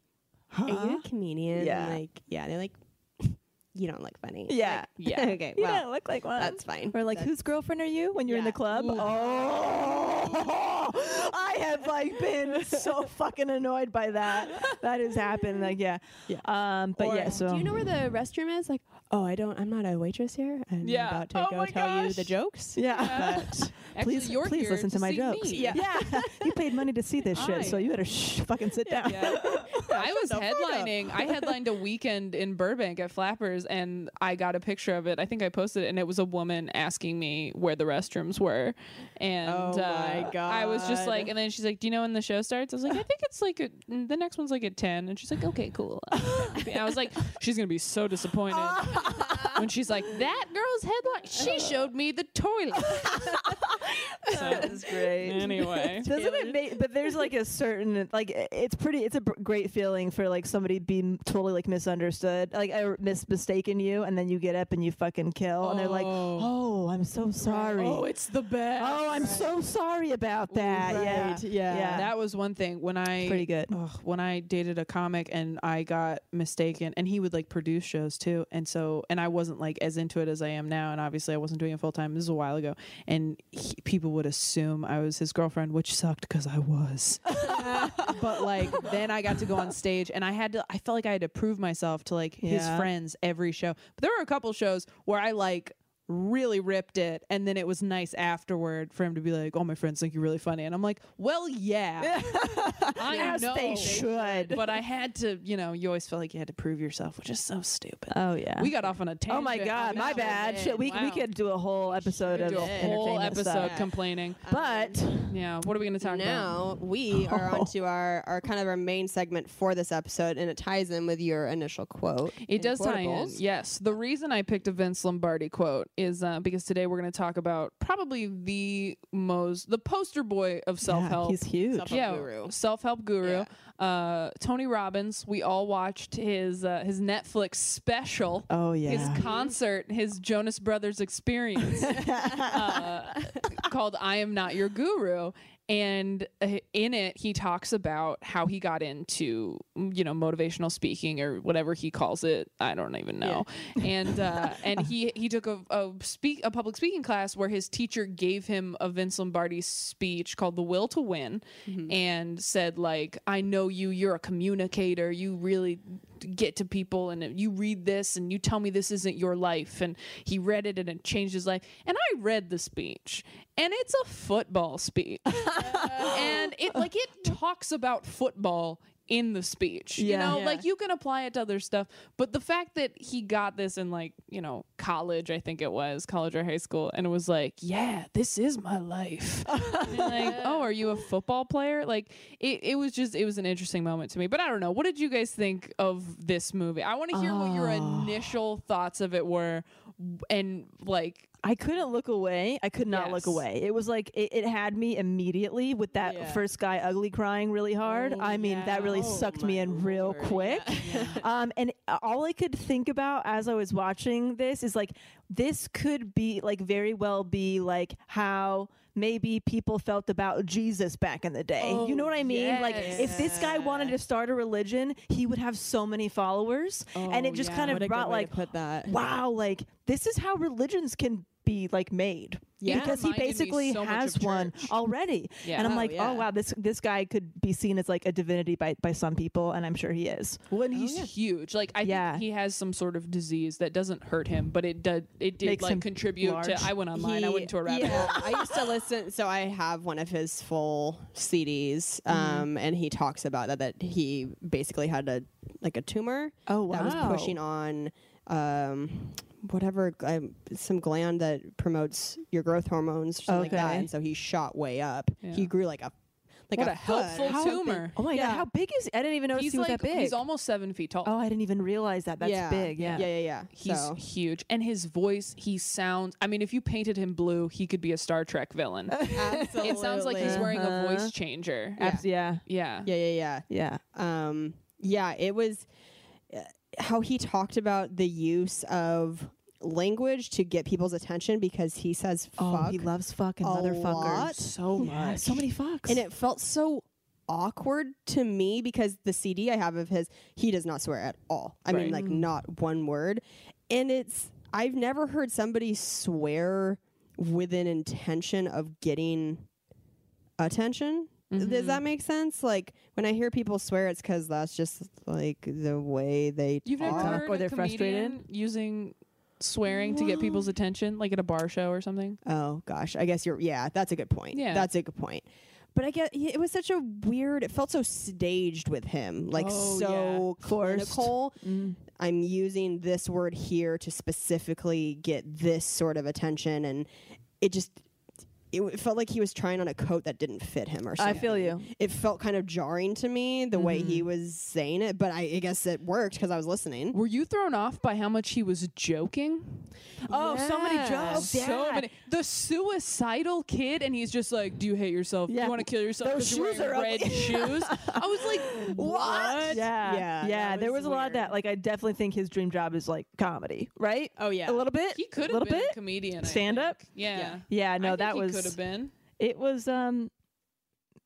B: "Are you a comedian?" And,
C: Yeah.
B: like yeah, they're like, "You don't look funny."
C: yeah
B: yeah.
C: [laughs]
B: Okay,
C: you
B: well,
C: don't look like one
B: that's fine.
C: Or like, whose girlfriend are you when you're in the
B: Yeah.
C: club? Oh, [laughs] I have like been
B: [laughs]
C: so fucking annoyed by that. That has happened. Like, yeah, yeah. Um, but
B: Or,
C: yeah. So
B: do you know where the restroom is? Like, oh, I don't. I'm not a waitress here. I'm
D: Yeah.
B: about to
D: Oh
B: go
D: my
B: tell you the
D: gosh.
C: [laughs]
B: jokes.
C: Yeah.
B: But
D: Actually,
C: please,
D: you're
C: please
D: here
C: listen to, my
D: see
C: jokes.
D: me.
C: Yeah. [laughs] you paid money to see
D: [laughs]
C: this
D: Hi.
C: shit, so you better shh, fucking sit down.
B: [laughs]
D: Yeah. I was headlining. I headlined a weekend in Burbank at Flappers, and I got a picture of it. I think I posted it, and it was a woman asking me where the restrooms were, and
B: Oh my
D: uh, I was just
B: God.
D: like, and then she's like, "Do you know when the show starts?" I was like, "I think it's like at the next one's like at 10. and she's like, "Okay,
B: [laughs]
D: cool." And I was like, "She's gonna be so disappointed." When she's like, that girl's headline, she showed me the toilet.
C: That is great.
D: anyway,
C: [laughs]
D: [laughs]
C: Doesn't it make? But there's like a certain like i- it's pretty. It's a br- great feeling for like somebody being totally like misunderstood, like I mis mistaken you, and then you get up and you fucking kill, and they're like, "Oh, I'm so sorry.
D: oh, it's the best.
C: Oh, I'm so sorry about that. Yeah,
B: Right, yeah.
D: That was one thing when I
C: pretty good.
D: ugh, when I dated a comic and I got mistaken, and he would like produce shows too, and so and I wasn't like as into it as I am now, and obviously I wasn't doing it full time. This is a while ago, and he, people would assume I was his girlfriend, which sucked because I
C: [laughs]
D: was. but like then I got to go on stage, and I had to. I felt like I had to prove myself to like his
C: Yeah.
D: friends every show. But there were a couple shows where I like really ripped it and then it was nice afterward for him to be like oh my friends think you're really funny and i'm like well [laughs] yeah i
C: [laughs] As
D: know
C: they should.
D: but i had to you know you always felt like you had to prove yourself which is so stupid
C: Oh yeah.
D: we got off on a tangent
C: Oh my god, my bad. Shit, we we could do a whole episode of
D: do a whole
C: entertainment
D: episode
C: stuff.
D: complaining
C: But
D: yeah what are we gonna talk about
B: now we are onto our, our kind of our main segment for this episode, and it ties in with your initial quote.
D: It
B: and
D: does tie in.
B: quotables.
D: Yes. The reason I picked a Vince Lombardi quote is uh, because today we're going to talk about probably the most, the poster boy of self
C: [laughs]
D: help.
C: he's huge.
B: Self-help guru.
D: Self help guru. Uh, Tony Robbins. We all watched his uh, his Netflix special.
C: Oh, yeah.
D: His concert. His Jonas Brothers
C: [laughs]
D: experience [laughs] uh, called "I Am Not Your Guru." And uh, in it, he talks about how he got into, mm, you know, motivational speaking or whatever he calls it. I don't even know. And uh, and he he took a, a speak a public speaking class where his teacher gave him a Vince Lombardi speech called "The Will to Win," and said like, "I know you. You're a communicator. You really get to people and you read this and you tell me this isn't your life and he read it and it changed his life and i read the speech and it's a football speech and it like it talks about football in the speech. You
B: Yeah.
D: know,
B: Yeah.
D: like you can apply it to other stuff, but the fact that he got this in like, you know, college, I think it was, college or high school, and it was like, yeah, this is my life. And you're like, oh, are you a football player? Like it, it was just it was an interesting moment to me. But I don't know. What did you guys think of this movie? I want to hear what your initial thoughts of it were and like
C: I couldn't look away. I could not
D: Yes.
C: look away. It was like it, it had me immediately with that
D: Yeah. Oh,
C: first guy ugly crying really hard. I mean, that really
B: Oh,
C: sucked me in real quick.
D: [laughs]
C: Um, and all I could think about as I was watching this is like this could be like very well be like how maybe people felt about Jesus back in the day.
D: Oh,
C: you know what I mean? Like if this guy wanted to start a religion, he would have so many followers. and it just
D: Oh, yeah.
C: kind
B: What a
C: of
B: good
C: brought
B: way
C: like
B: to put that.
C: wow, like this is how religions can be like made.
D: Yeah.
C: Because he
D: Reminded me
C: basically
D: so much
C: has
D: of
C: one
D: church.
C: already.
D: Yeah.
C: And I'm
D: Oh,
C: like,
B: yeah.
C: oh wow, this this guy could be seen as like a divinity by, by some people, and I'm sure he is.
D: when he's huge. Like I
C: Oh, Yeah.
D: think he has some sort of disease that doesn't hurt him, but it did it did
C: Makes
D: like
C: him
D: contribute to
C: large.
D: I went online, I
B: He-
D: went to a rabbit
C: [laughs]
B: yeah,
D: hole.
B: I used to listen. So I have one of his full CDs,
D: Mm-hmm.
B: um, and he talks about that that he basically had a like a tumor.
C: Oh,
B: that was
C: wow.
B: pushing on. Um, Whatever, um, some gland that promotes your growth hormones, or something like that,
C: Okay.
B: and so he shot way up. He grew like a, like
D: What
B: a,
D: a helpful
B: foot.
D: tumor.
C: Oh my
B: Yeah.
C: god, how big is I didn't even notice
D: He's
C: he was
D: like
C: that big.
D: he's almost seven feet tall.
C: oh, I didn't even realize that. That's big. Yeah.
B: yeah, yeah, yeah.
D: He's [laughs]
B: so.
D: huge. And his voice, he sounds I mean, if you painted him blue, he could be a Star
C: [laughs]
D: Trek villain.
B: Absolutely.
D: it sounds like he's wearing a voice changer.
B: Yeah.
C: Abs- Uh-huh. yeah.
D: Yeah.
B: Yeah, yeah,
C: Yeah.
B: yeah. Um, yeah, it was uh, how he talked about the use of language to get people's attention because he says fuck.
C: Oh, he loves fucking
B: a
C: motherfuckers.
B: lot.
D: So much.
C: Yeah, so many fucks.
B: and it felt so awkward to me because the CD I have of his, he does not swear at all. I mean, like not one word. And it's I've never heard somebody swear with an intention of getting attention. Does
D: Mm-hmm.
B: that make sense? Like when I hear people swear, it's because that's just like the way they
D: You've never
B: talk.
D: heard
C: or
D: a
C: they're frustrated?
D: comedian using swearing to get people's attention, like at a bar show or something.
B: Oh gosh, I guess you're. Yeah, that's a good point.
D: Yeah.
B: that's a good point. But I get it was such a weird. It felt so staged with him, like
D: Oh,
B: so
C: Forced.
B: clinical.
C: Mm-hmm.
B: I'm using this word here to specifically get this sort of attention, and it just it, w- it felt like he was trying on a coat that didn't fit him or
C: I
B: something.
C: feel you. Mm-hmm.
B: It felt kind of jarring to me the way he was saying it, but I, I guess it worked because I was listening.
D: Were you thrown off by how much he was joking? Oh,
C: Oh, so many jobs.
D: so
C: yeah.
D: many. The suicidal kid, and he's just like, "Do you hate yourself? Do
C: Yeah.
D: you want to kill yourself?
C: Those
D: 'cause you're
C: shoes
D: wearing
C: are [laughs]
D: red
C: ugly."
D: shoes." I was like, "What?"
C: Yeah,
B: Yeah,
C: yeah.
B: that
C: there
B: was
C: was a lot of
B: weird.
C: that. Like, I definitely think his dream job is like comedy, right?
B: Oh,
C: a
B: yeah.
C: little bit.
D: He could
C: a
D: have
C: little
D: been
C: bit.
D: a comedian. I
C: Stand
D: think.
C: up?
D: Yeah.
C: Yeah, no,
D: I think
C: that
D: he
C: was
D: could have been.
C: it. Was um,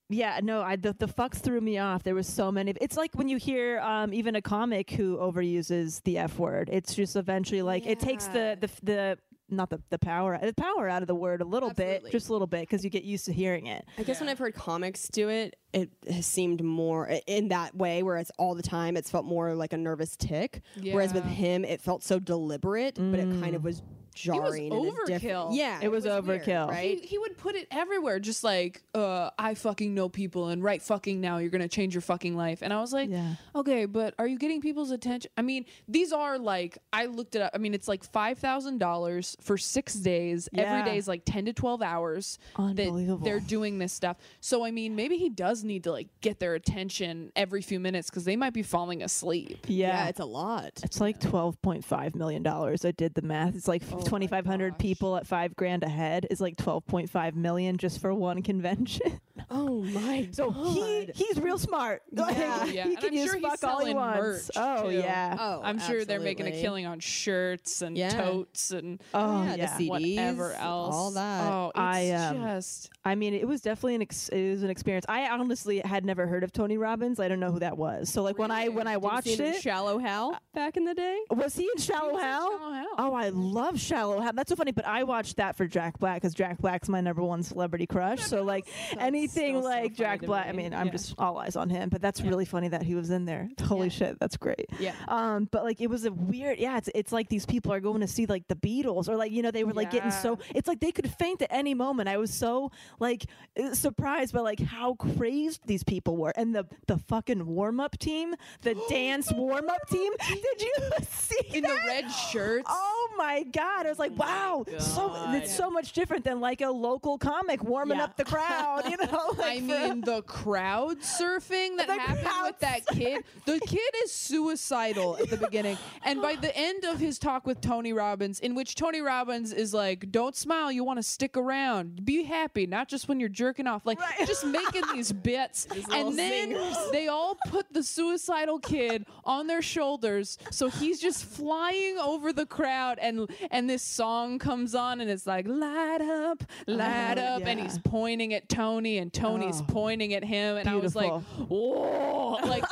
C: yeah, no, I the, the fucks threw me off. There was so many. It's like when you hear um even a comic who overuses the f word. It's just eventually like it takes the the the not the, the power the power out of the word a little
B: Absolutely.
C: bit, just a little bit, because you get used to hearing it.
B: I guess when I've heard comics do it, it has seemed more i- in that way, where it's all the time. It's felt more like a nervous tick. Whereas with
D: Yeah.
B: him, it felt so deliberate, but it kind of Mm. was jarring. and a diff-
D: overkill.
B: Yeah,
C: It was
B: weird,
C: overkill.
B: right?
D: He, he would put it everywhere, just like, uh, "I fucking know people," and right fucking now, you're gonna change your fucking life. And I was like,
C: Yeah.
D: "Okay, but are you getting people's attention?" I mean, these are like, I looked it up. I mean, it's like five thousand dollars for six days.
C: Yeah.
D: Every day is like ten to twelve hours.
C: Unbelievable.
D: That they're doing this stuff. So I mean, maybe he does need to like get their attention every few minutes because they might be falling asleep.
B: yeah, it's a lot.
C: It's like twelve point five million dollars. I did the math. It's like twenty five hundred people at five grand a head is like twelve point five million just for one convention.
B: [laughs] Oh [laughs] my
C: So he
B: God.
C: he's real smart. [laughs] Like,
B: Yeah.
D: Yeah,
C: he
D: and
C: can
D: I'm
C: use
D: sure he's
C: fuck all he
D: selling
C: wants.
D: merch,
C: oh
D: too.
C: yeah.
B: Oh,
D: I'm sure they're making a
B: absolutely.
D: killing on shirts and
B: Yeah.
D: totes and
C: Oh,
B: yeah, the
C: yeah.
B: CDs,
D: whatever else.
B: all that.
D: Oh, it's
C: I, um,
D: just
C: I mean, it was definitely an ex- it was an experience. I honestly had never heard of Tony Robbins. I don't know who that was. So like when I when I watched
B: Seen in
C: it,
B: Shallow Hal Uh, back in the day.
C: Was he in Shallow Hal?
D: Shallow Hal.
C: Oh, I love Shallow Hal. That's so funny. But I watched that for Jack Black because Jack Black's my number one celebrity crush. So like, any anything
D: still so
C: like Jack
D: funny to
C: Black. I
D: me.
C: mean, I'm
D: Yeah.
C: just all eyes on him, but that's really funny that he was in there. [laughs] Holy shit, that's great.
D: Yeah.
C: Um, but like it was a weird. Yeah, it's it's like these people are going to see like the Beatles or like you know they were like getting so. It's like they could faint at any moment. I was so like uh, surprised by like how crazed these people were and the the fucking warm up team, the
D: [gasps]
C: dance warm up team. Did you [laughs] see
D: in the
C: that?
D: [gasps] red shirts.
C: Oh my god! I was like, wow, so it's so much different than like a local comic warming
D: Yeah.
C: up the crowd, you
D: [laughs]
C: know?
D: I
C: [laughs] Like, for-
D: mean, the crowd surfing that
C: The
D: happened
C: crowd
D: with that kid. The kid is suicidal at the
C: [laughs]
D: beginning. And by the end of his talk with Tony Robbins, in which Tony Robbins is like, don't smile, you want to stick around. Be happy, not just when you're jerking off. Like, just making
C: [laughs]
D: these bits.
B: little
D: And then they all put the suicidal kid on their shoulders. So he's just flying over the crowd. And, and this song comes on, and it's like, light up,
C: Oh,
D: light up. And he's
C: yeah.
D: pointing at Tony and
C: Oh,
D: Tony's pointing at him and I was like,
C: [laughs]
D: "Whoa!" Like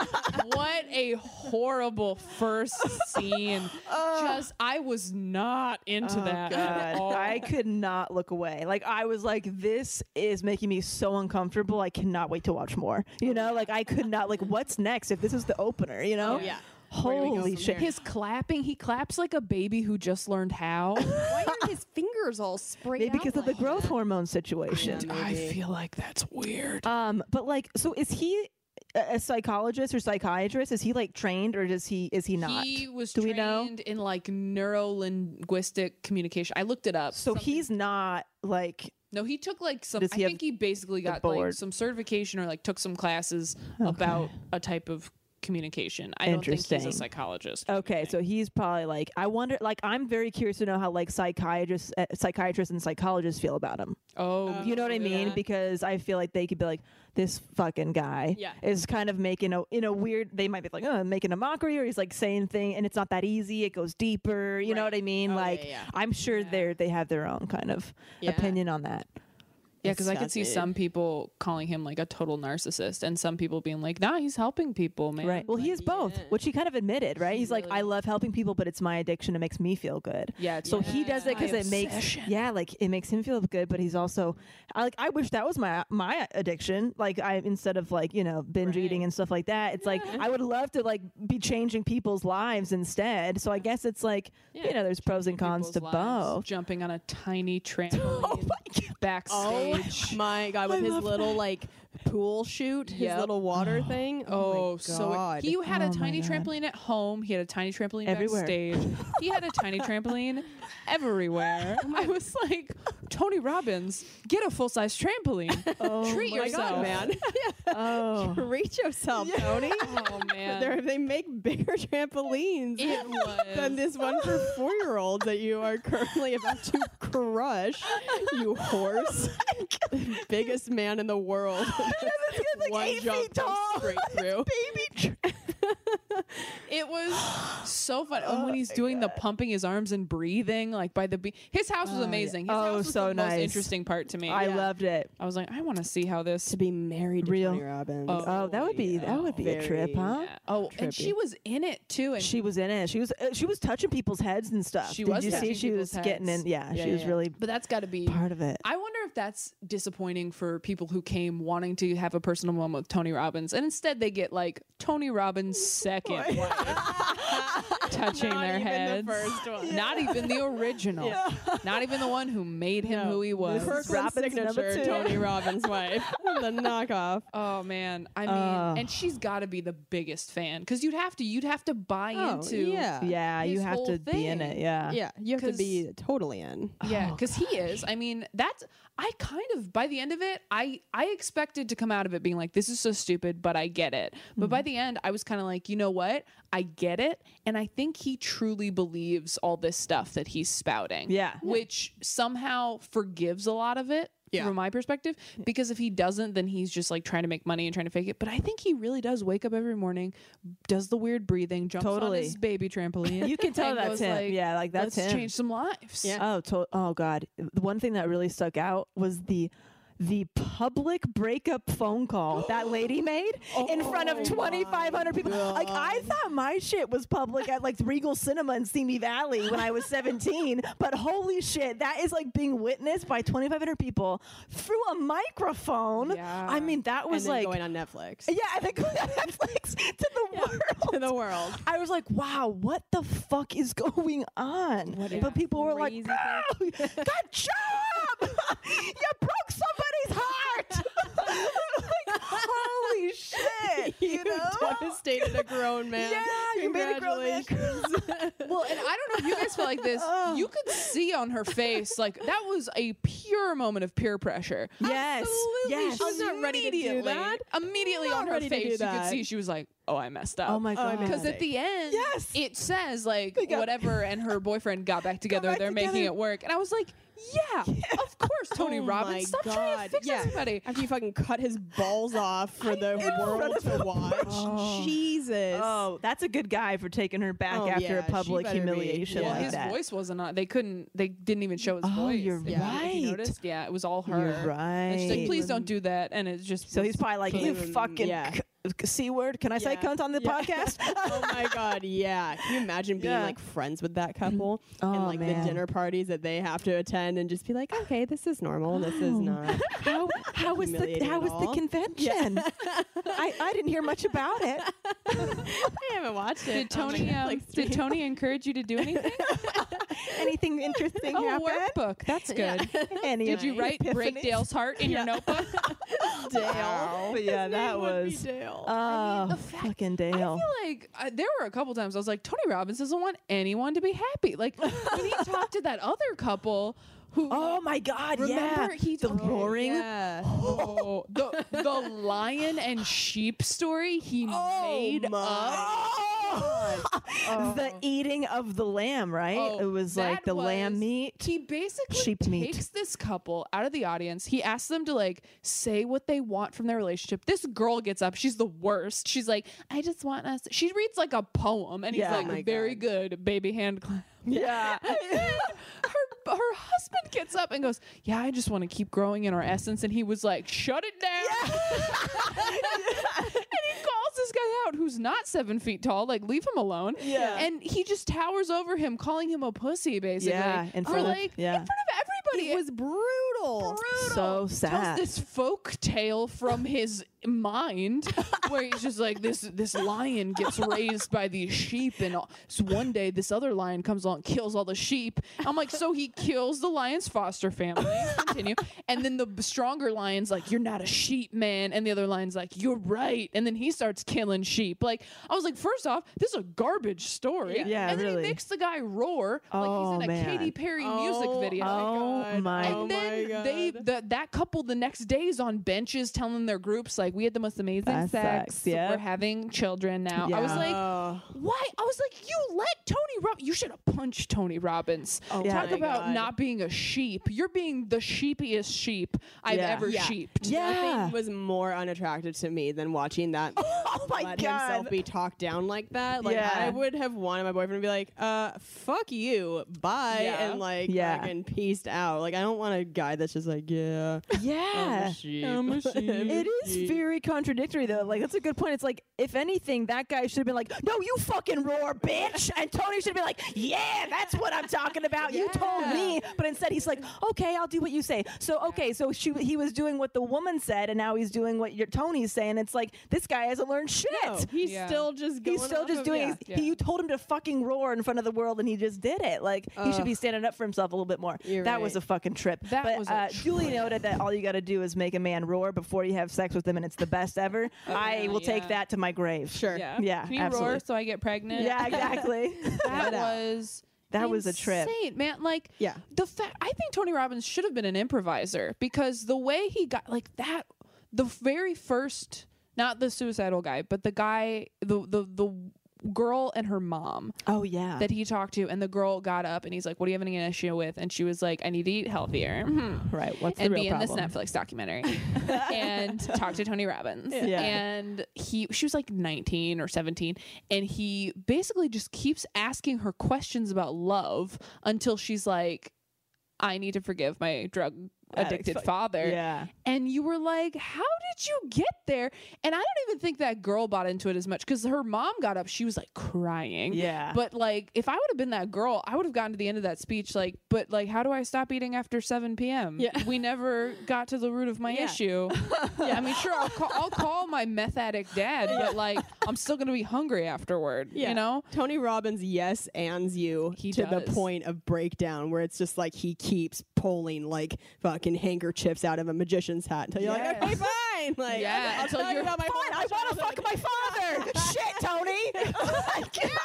D: what a horrible first scene. Just I was not into that. at all.
C: Oh. God, I could not look away. Like I was like, this is making me so uncomfortable. I cannot wait to watch more. You know, like I could not. Like, what's next if this is the opener? You know?
D: Yeah.
C: Holy shit!
D: His clapping, he claps like a baby who just
C: [laughs]
D: learned how.
B: Why [laughs] are his fingers all sprayed
C: Maybe
B: out
C: because of the
B: like
C: growth
B: that?
C: hormone situation.
D: I feel like that's weird.
C: Um, but like, so is he a a psychologist or psychiatrist? Is he like trained or does he is he not?
D: He was
C: Do we
D: trained
C: know?
D: in like neuro linguistic communication. I looked it up.
C: So he's not like
D: No, he took like some. I
C: Does he have
D: think he basically got like
C: board?
D: some certification or like took some classes about a type of communication. I don't think he's a
C: Interesting.
D: psychologist.
C: okay. So he's probably like I wonder. Like I'm very curious to know how like psychiatrists, uh, psychiatrists and psychologists feel about him.
D: Oh,
C: you know what I mean? Because I feel like they could be like this fucking guy
D: Yeah.
C: is kind of making a in a weird. They might be like oh making a mockery or he's like saying thing and it's not that easy. It goes deeper. You know what I mean?
D: Oh,
C: like I'm sure they're they have their own kind of opinion on that.
D: yeah, because I could see some people calling him like a total narcissist, and some people being like, "Nah, he's helping people, man."
C: Right. Well, he is both, which he kind of admitted, right? He's like, I love helping people, but it's my addiction. It makes me feel good.
D: Yeah, it's
C: So
D: like
C: he does it because
D: my
C: it makes, yeah, like it makes him feel good. But he's also, I like, I wish that was my my addiction. Like, I instead of like you know binge eating and stuff like that, it's like I would love to like be changing people's lives instead. So I guess it's like you know, there's pros and cons
D: People's
C: to
D: lives,
C: both. Oh
D: Jumping on a
C: [laughs]
D: tiny trampoline backstage.
B: Oh my god, with his little like pool shoot, his
D: Yep.
B: little [gasps] water thing.
D: Oh,
B: my
D: so
B: God.
D: he had a tiny trampoline at home. He had a tiny trampoline
C: Everywhere.
D: backstage. he had a tiny trampoline everywhere. I was like, Tony Robbins, get a full size trampoline. Treat
B: my
D: yourself,
B: god, man.
C: Oh,
B: [laughs] Reach yourself, Tony.
D: Oh man,
B: They're- They make bigger [laughs] trampolines
D: it
B: than
D: was.
B: this one for four year olds that you are currently about to crush, [laughs] you horse. [laughs] Biggest man in the [laughs] world. one jump goes [laughs]
C: [laughs]
B: straight through.
D: It was so fun And when he's doing the pumping his arms and breathing, like by the beach. His house was amazing. His
C: Oh,
D: house was
C: so
D: the most
C: nice.
D: interesting part to me.
C: I loved it.
D: I was like, I want to see how this
B: to be married to
C: Real.
B: Tony Robbins.
D: Oh.
C: Oh, that would be that would be a trip,
B: Very,
C: huh?
D: Yeah. Oh, and she
B: Trippy.
D: was in it too. And
C: She was in it. She was uh, she was touching people's heads and stuff.
D: She
C: Did
D: was
C: you
D: touching
C: see she
D: people's
C: was getting
D: heads.
C: in? Yeah,
B: Yeah,
C: she was
B: yeah.
C: really
D: but that's got to be
C: part of it.
D: I wonder if that's disappointing for people who came wanting to have a personal moment with Tony Robbins, and instead they get like Tony Robbins'
B: [laughs]
D: second wife touching their heads. [laughs] Not even the original. [laughs] Not even the one who made him who he was.
C: Kirkland
B: Robbins signature,
C: signature,
B: Tony
C: Tony
B: [laughs] Robbins' wife. the knockoff.
D: Oh man, I mean, and she's got to be the biggest fan because you'd have to you'd have to buy
B: Oh,
D: into
B: yeah.
C: yeah, you
D: his
C: have
D: whole
C: to be in
D: thing.
C: it. Yeah.
B: Yeah, you have to
D: 'Cause-
B: be totally in.
D: Yeah,
C: Oh,
D: because he is. I mean, that's I kind of by the end of it, I I expected to come out of it being like, this is so stupid, but I get it. But
C: Mm-hmm.
D: by the end, I was kind of like, you know what? I get it, and I think he truly believes all this stuff that he's spouting.
C: Yeah.
D: which somehow forgives a lot of it. From my perspective, because if he doesn't, then he's just like trying to make money and trying to fake it. But I think he really does wake up every morning, does the weird breathing, jumps on
C: Totally.
D: his baby
C: [laughs]
D: trampoline.
C: You can tell
D: and
C: that's
D: goes
C: him. Yeah, like, that's
D: Let's
C: him."
D: change some lives.
B: Yeah.
C: Oh, to- oh God! The one thing that really stuck out was the the public breakup phone
B: [gasps]
C: call that lady made in front
B: Oh
C: of 2,500 people. Like, I thought my shit was public at like Regal Cinema in Simi Valley when I
B: [laughs]
C: was 17, but holy shit, that is like being witnessed by 2,500 people through a microphone. I mean, that was
B: and then
C: like.
B: going on Netflix.
C: Yeah, and then [laughs] going on Netflix to the world.
B: [laughs] to the world.
C: I was like, wow, what the fuck is [laughs] going on? but people were like,
F: crazy
C: oh, good
B: [laughs]
C: job! [laughs] you broke somebody's heart! [laughs] like, holy
B: [laughs]
C: shit! You, know?
B: devastated a grown man.
C: Yeah, you made a grown man
B: [laughs] Congratulations.
D: Well, and I don't know if you guys felt
C: [laughs]
D: like this. You could see on her face, like that was a pure moment of peer pressure.
C: Yes, yes.
D: She was not ready to do that. Immediately
B: Not
D: on her
B: ready to do
D: face, you could
B: that.
D: see she was like, "Oh, I messed up."
C: Oh my God.
D: Because at the end,
C: Yes.
D: it says like
C: got-
D: whatever, and her boyfriend
C: [laughs]
D: got back together.
C: back
D: they're making
C: together. Oh
D: it work, and I was like,
C: [laughs]
D: "Yeah, of course, Tony Robbins. Stop trying to fix
B: yeah.
D: everybody."
B: After you fucking cut his balls off for the world to watch. Jesus.
C: Oh, that's a good guy for taking her back
B: Oh,
C: after
B: yeah,
C: a
B: she
C: public
B: better be-
C: humiliation
B: yeah.
D: Well,
C: like
D: his
C: that.
D: voice wasn't on. They couldn't. They didn't even show his
C: Oh,
D: voice.
C: you're
D: if you- if you
C: right.
D: noticed? Yeah, it was all her.
C: You're
D: And she's like,
C: right.
D: please don't do that. And it's just
C: So he's probably like,
D: [laughs]
C: you
B: Boom.
C: fucking
B: Yeah.
C: c- c word. Can I say
B: Yeah.
C: cunt on the
B: Yeah.
C: podcast?
B: oh my god, yeah. Can you imagine being
C: Yeah. Mm-hmm. Oh,
B: like friends with that couple and like
C: man.
B: the dinner parties that they have to attend and just be like, okay, this is normal, this
C: Oh.
B: is
C: [laughs]
B: not.
D: [laughs]
C: how how was the
B: humiliating
C: how
B: at
C: was the
B: all.
C: convention? I, I didn't hear much about
D: [laughs]
C: it.
B: I haven't watched it.
D: Did
B: on my
D: Tony um,
B: Netflix
D: did
C: [laughs]
B: stream.
D: Tony encourage you to do anything?
C: Anything interesting
D: oh,
C: happened?
D: a workbreak. That's good.
C: [laughs] Any
D: Did you write break
C: epiphanies? [laughs]
D: Dale's heart in your notebook?
B: Dale?
C: But [laughs] yeah, that
B: His name would be
C: was
B: Dale.
C: oh
D: the fact-
C: fucking
D: I
C: Dale.
D: feel like uh, there were a couple times I was like, Tony Robbins doesn't want anyone to be happy.
C: [laughs]
D: Like when he talked to that other couple who
C: Oh my god!
D: remember
C: yeah,
D: he
C: the
D: told-
C: roaring.
B: Yeah.
D: Oh, the the lion and sheep story
C: [laughs]
D: he
B: Oh
D: made up.
C: Oh! [laughs] the eating of the lamb, right?
D: Oh,
C: it was like
D: that
C: the lamb
D: was- [laughs]
C: meat.
D: He basically
C: Sheep meat.
D: takes this couple out of the audience. He asks them to like say what they want from their relationship. This girl gets up. She's the worst. She's like, I just want us. She reads like a poem, and he's
C: Yeah. Oh
D: like,
B: my
D: very good, baby hand clap. [laughs]
C: Yeah,
D: And then her her husband gets up and goes, Yeah, I just want to keep growing in our essence. And he was like, Shut it down. [laughs] and he calls this guy out who's not seven feet tall. Like, leave him alone.
C: Yeah.
D: And he just towers over him, calling him a pussy,
C: [laughs]
D: basically.
C: Yeah, in
D: For,
C: front of-
D: like
C: yeah.
D: in front of everybody.
B: It was brutal.
C: so
D: Tells
C: sad.
D: this folk tale from his
C: [laughs]
D: mind, where he's just like this. This lion gets raised by these sheep, and all, so one day this other lion comes along, kills all the sheep. I'm like, so he kills the lion's foster family. Continue, and then the b- stronger lion's like, "You're not a sheep, man," and the other lion's like, "You're right," and then he starts killing sheep. Like, I was like, first off, this is a garbage story.
C: Yeah,
D: and then
C: really.
D: he makes the guy roar
C: Oh,
D: like he's in a
C: man.
D: Katy Perry music video
C: oh my!
D: and then they the, that couple the next day is on benches telling their groups like we had the most amazing
C: That
D: sex.
C: sucks, yeah.
D: We're having children now. I was
C: Yeah.
B: Oh.
D: like, why? I was like, you let Tony Rob. You should have punched Tony Robbins.
C: Yeah.
D: Talk
C: my
D: about
B: God.
D: not being a sheep. You're being the sheepiest sheep I've
C: Yeah.
D: ever
B: Yeah.
D: sheeped.
C: yeah.
B: Nothing was more unattractive to me than watching that
C: [laughs] Oh my
B: let
C: god!
B: himself be talked down like that. Like
C: Yeah.
B: I would have wanted my boyfriend to be like, uh, fuck you, bye,
D: Yeah.
B: and like
C: Yeah.
B: fucking peaced out. Like I don't want a guy that's just like,
D: [laughs]
B: yeah,
C: yeah.
B: [laughs] I'm a sheep.
D: I'm a sheep.
C: It is very contradictory, though. Like, that's a good point. It's like, if anything, that guy should have been like, no, you fucking roar, bitch. And Tony should have been like, yeah, that's what I'm talking about. You told me. But instead, he's like, okay, I'll do what you say. So, okay, so she, he was doing what the woman said, and now he's doing what your, Tony's saying. It's like, this guy hasn't learned shit.
B: No, he's
D: Yeah.
B: still just going
C: He's still
B: off
C: just
B: of-
C: doing.
B: yeah.
C: he's- He, you told him to fucking roar in front of the world, and he just did it. Like he should be standing up for himself a little bit more.
B: You're
C: that was
B: right.
C: a fucking trip.
D: That
C: but
D: was a
C: uh, Julie noted that all you got to do is make a man roar before you have sex with him, and it's the best ever.
D: Oh,
C: I will take that to my grave.
B: Sure.
D: Yeah.
C: Yeah,
D: Can you
C: absolutely.
D: roar so I get pregnant?
C: Yeah,
D: [laughs]
C: exactly.
D: That was
C: That was a trip.
D: insane, man. Like,
B: Yeah.
D: the fact I think Tony Robbins should have been an improviser because the way he got like that, the very first, not the suicidal guy, but the guy, the the the girl and her mom
C: [laughs] oh yeah.
D: that he talked to, and the girl got up and he's like, "What do you have any issue with?" And she was like, "I need to eat healthier."
C: right. What's
D: and
C: the real
D: be
C: problem?
D: in this Netflix documentary
C: [laughs]
D: and talk to Tony Robbins.
C: Yeah.
D: And he she was like 19 or 17 and he basically just keeps asking her questions about love until she's like I need to forgive my drug addicted father.
C: yeah.
D: And you were like, how did you get there? And I don't even think that girl bought into it as much because her mom got up. She was like crying.
C: Yeah.
D: But like, if I would have been that girl, I would have gotten to the end of that speech like, but like, how do I stop eating after 7 p.m.?
B: Yeah.
D: We never got to the root of my
B: Yeah. [laughs]
D: issue. I mean, sure, I'll call, I'll call my meth addict dad, but like, I'm still going to be hungry afterward,
B: Yeah.
D: you know?
B: Tony Robbins yes ands you
D: He
B: to the
D: does.
B: point of breakdown where it's just like he keeps pulling like fucking handkerchiefs out of a magician's hat until you're like,
D: Yes.
B: okay, fine.
D: [laughs]
B: Like,
D: Yeah,
B: I'll, I'll
D: until
B: tell you
D: you're
B: about my
C: Fine, I want to fuck my
B: [laughs]
C: father. Shit, Tony.
B: yeah.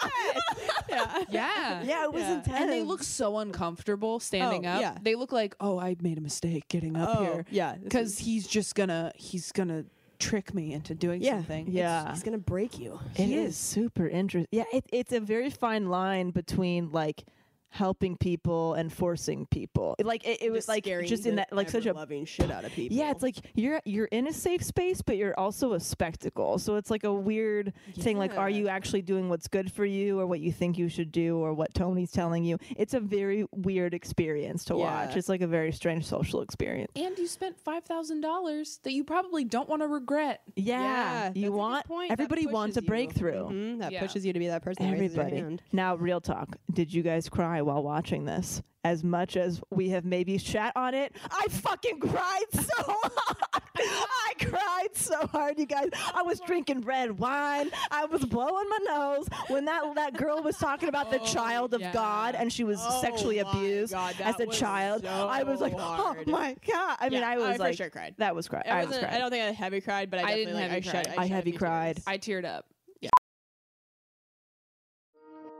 D: [laughs] Yeah.
C: yeah, it was
B: Yeah.
C: intense.
D: And they look so uncomfortable standing
B: Oh,
D: up.
B: yeah.
D: They look like, oh, I made a mistake getting up
B: Oh,
D: here.
B: yeah, this
D: Because he's just gonna he's gonna trick me into doing
B: Yeah.
D: something.
C: Yeah.
B: He's gonna break you.
C: It is super interesting. Yeah, it, it's a very fine line between like helping people and forcing people. It- Like it, it was like just in that like such a
B: loving shit out of people.
C: yeah. It's like you're you're in a safe space, but you're also a spectacle. So it's like a weird thing. Like, are you actually doing what's good for you, or what you think you should do, or what Tony's telling you? It's a very weird experience to watch.
B: Yeah.
C: It's like a very strange social experience.
D: And you spent five thousand dollars that you probably don't want to regret.
B: Yeah,
C: Yeah,
B: that's a
C: you
B: good
C: want
B: point. That
C: everybody wants a
B: pushes you.
C: breakthrough.
B: Mhm, that
D: Yeah.
B: pushes you to be that person. that raises your
C: Everybody.
B: hand.
C: Now, real talk. Did you guys cry while watching this? As much as we have maybe shat on it, I fucking cried so [laughs] hard. I cried so hard, you guys. I was drinking red wine. I was blowing my nose when that that girl was talking about the child of
D: yeah.
C: God and she was sexually
B: Oh, my
C: abused
B: God,
C: as
B: that
C: a
B: was
C: child.
B: so
C: I was like,
B: hard.
C: oh my god. I mean,
B: Yeah,
C: I was
B: I for
C: like,
B: sure cried.
C: That was cry.
B: It
C: I was
B: wasn't-
C: crying.
B: I don't think I heavy cried, but I,
D: I
B: definitely
D: didn't
B: like,
D: heavy
B: I
D: cry.
B: shed.
C: I
B: shed a
C: heavy
B: few
C: cried.
B: tears.
D: I teared up.